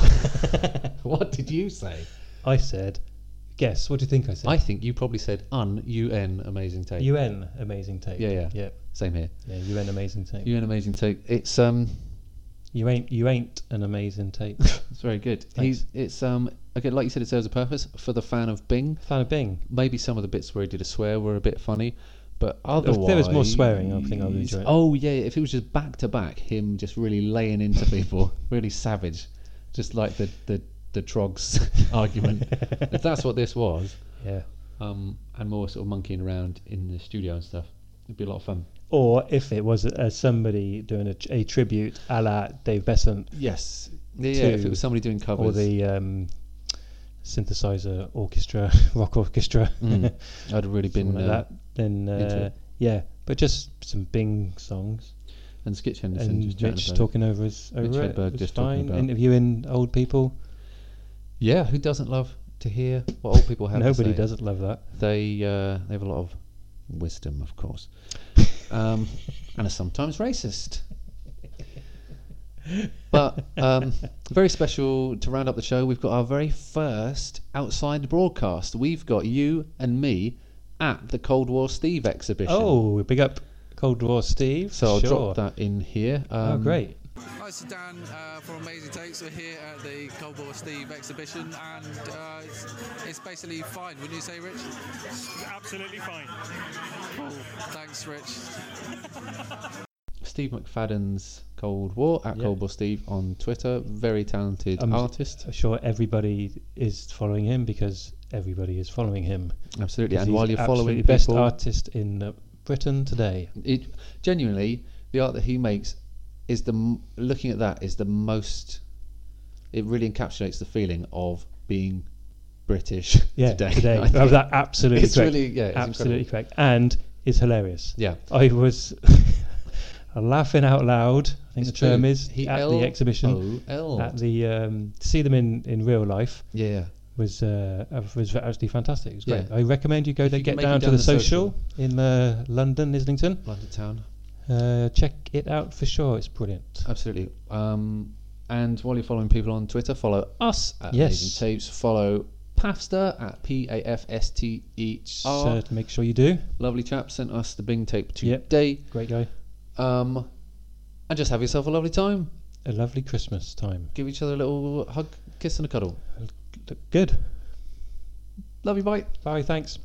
[SPEAKER 1] what did you say?
[SPEAKER 2] I said, guess. What do you think I said?
[SPEAKER 1] I think you probably said un un amazing tape.
[SPEAKER 2] UN amazing tape.
[SPEAKER 1] Yeah, yeah.
[SPEAKER 2] yeah,
[SPEAKER 1] Same here.
[SPEAKER 2] yeah. UN amazing tape.
[SPEAKER 1] UN amazing tape. It's um,
[SPEAKER 2] You ain't you ain't an amazing tape.
[SPEAKER 1] it's very good. He's it's um, okay. Like you said, it serves a purpose for the fan of Bing.
[SPEAKER 2] Fan of Bing.
[SPEAKER 1] Maybe some of the bits where he did a swear were a bit funny, but
[SPEAKER 2] was-
[SPEAKER 1] otherwise
[SPEAKER 2] there was more swearing, I think I would enjoy it.
[SPEAKER 1] Oh yeah, if it was just back to back, him just really laying into people, really savage, just like the the the trogs argument. if that's what this was,
[SPEAKER 2] Yeah.
[SPEAKER 1] um, and more sort of monkeying around in the studio and stuff, it'd be a lot of fun.
[SPEAKER 2] Or if it was uh, somebody doing a, a tribute a la Dave Besant
[SPEAKER 1] Yes. Yeah, yeah, if
[SPEAKER 2] To-
[SPEAKER 1] it was somebody doing covers.
[SPEAKER 2] or the um, synthesizer orchestra, rock orchestra,
[SPEAKER 1] Mm, I'd have really been
[SPEAKER 2] something like
[SPEAKER 1] uh,
[SPEAKER 2] that, then
[SPEAKER 1] into
[SPEAKER 2] uh,
[SPEAKER 1] it.
[SPEAKER 2] yeah. But just some Bing songs
[SPEAKER 1] uh, and Skitch Henderson
[SPEAKER 2] and
[SPEAKER 1] just chatting
[SPEAKER 2] Mitch
[SPEAKER 1] about it.
[SPEAKER 2] talking over his over
[SPEAKER 1] Mitch
[SPEAKER 2] it
[SPEAKER 1] Hedberg
[SPEAKER 2] was
[SPEAKER 1] just talking
[SPEAKER 2] fine.
[SPEAKER 1] about-
[SPEAKER 2] Interviewing old people.
[SPEAKER 1] Yeah, who doesn't love to hear what old people have?
[SPEAKER 2] Nobody
[SPEAKER 1] to say?
[SPEAKER 2] doesn't love that.
[SPEAKER 1] They uh, they have a lot of wisdom, of course, um, and are sometimes racist. But um, very special to round up the show. We've got our very first outside broadcast. We've got you and me at the Cold War Steve exhibition.
[SPEAKER 2] Oh, big up Cold War Steve.
[SPEAKER 1] so I'll
[SPEAKER 2] sure.
[SPEAKER 1] drop that in here.
[SPEAKER 2] Oh,
[SPEAKER 1] Um,
[SPEAKER 2] great.
[SPEAKER 10] Hi, this is Dan uh, from Amazing Takes. We're here at the Cold War Steve exhibition, and uh, it's, it's basically fine, wouldn't you say, Rich?
[SPEAKER 11] Absolutely fine.
[SPEAKER 10] Cool. Thanks, Rich.
[SPEAKER 1] Steve McFadden's Cold War at
[SPEAKER 2] Yeah.
[SPEAKER 1] Cold War Steve on Twitter. Very talented
[SPEAKER 2] Um,
[SPEAKER 1] artist.
[SPEAKER 2] I'm sure everybody is following him because everybody is following him.
[SPEAKER 1] Absolutely.
[SPEAKER 2] 'Cause
[SPEAKER 1] And
[SPEAKER 2] he's
[SPEAKER 1] while you're following
[SPEAKER 2] absolutely best
[SPEAKER 1] people,
[SPEAKER 2] artist in uh, Britain today.
[SPEAKER 1] it genuinely the art that he makes is the m- looking at that is the most. It really encapsulates the feeling of being British
[SPEAKER 2] Yeah,
[SPEAKER 1] today.
[SPEAKER 2] today.
[SPEAKER 1] I think.
[SPEAKER 2] Oh, that absolutely
[SPEAKER 1] It's
[SPEAKER 2] correct.
[SPEAKER 1] really- yeah, it's
[SPEAKER 2] absolutely correct, and it's hilarious.
[SPEAKER 1] Yeah.
[SPEAKER 2] I was laughing out loud. I think
[SPEAKER 1] It's
[SPEAKER 2] the term
[SPEAKER 1] true.
[SPEAKER 2] is
[SPEAKER 1] He
[SPEAKER 2] at
[SPEAKER 1] L
[SPEAKER 2] the exhibition.
[SPEAKER 1] O L.
[SPEAKER 2] At the um, to see them in, in real life
[SPEAKER 1] Yeah.
[SPEAKER 2] was uh, uh, was actually fantastic. It was great.
[SPEAKER 1] Yeah.
[SPEAKER 2] I recommend you go
[SPEAKER 1] If
[SPEAKER 2] to
[SPEAKER 1] you can
[SPEAKER 2] get
[SPEAKER 1] make it
[SPEAKER 2] down to
[SPEAKER 1] down
[SPEAKER 2] the,
[SPEAKER 1] the
[SPEAKER 2] social,
[SPEAKER 1] social.
[SPEAKER 2] in uh, London, Islington.
[SPEAKER 1] London town.
[SPEAKER 2] Uh, check it out for sure. It's brilliant.
[SPEAKER 1] Absolutely. Um, and while you're following people on Twitter, follow us at
[SPEAKER 2] Yes.
[SPEAKER 1] Amazing Tapes. Follow Pafster at P A F S T E
[SPEAKER 2] So
[SPEAKER 1] R.
[SPEAKER 2] to make sure you do.
[SPEAKER 1] Lovely chap sent us the Bing tape
[SPEAKER 2] Yep.
[SPEAKER 1] today.
[SPEAKER 2] Great guy.
[SPEAKER 1] Um, and just have yourself a lovely time.
[SPEAKER 2] A lovely Christmas time.
[SPEAKER 1] Give each other a little hug, kiss, and a cuddle.
[SPEAKER 2] Good.
[SPEAKER 1] Love you, bye.
[SPEAKER 2] Bye. Thanks.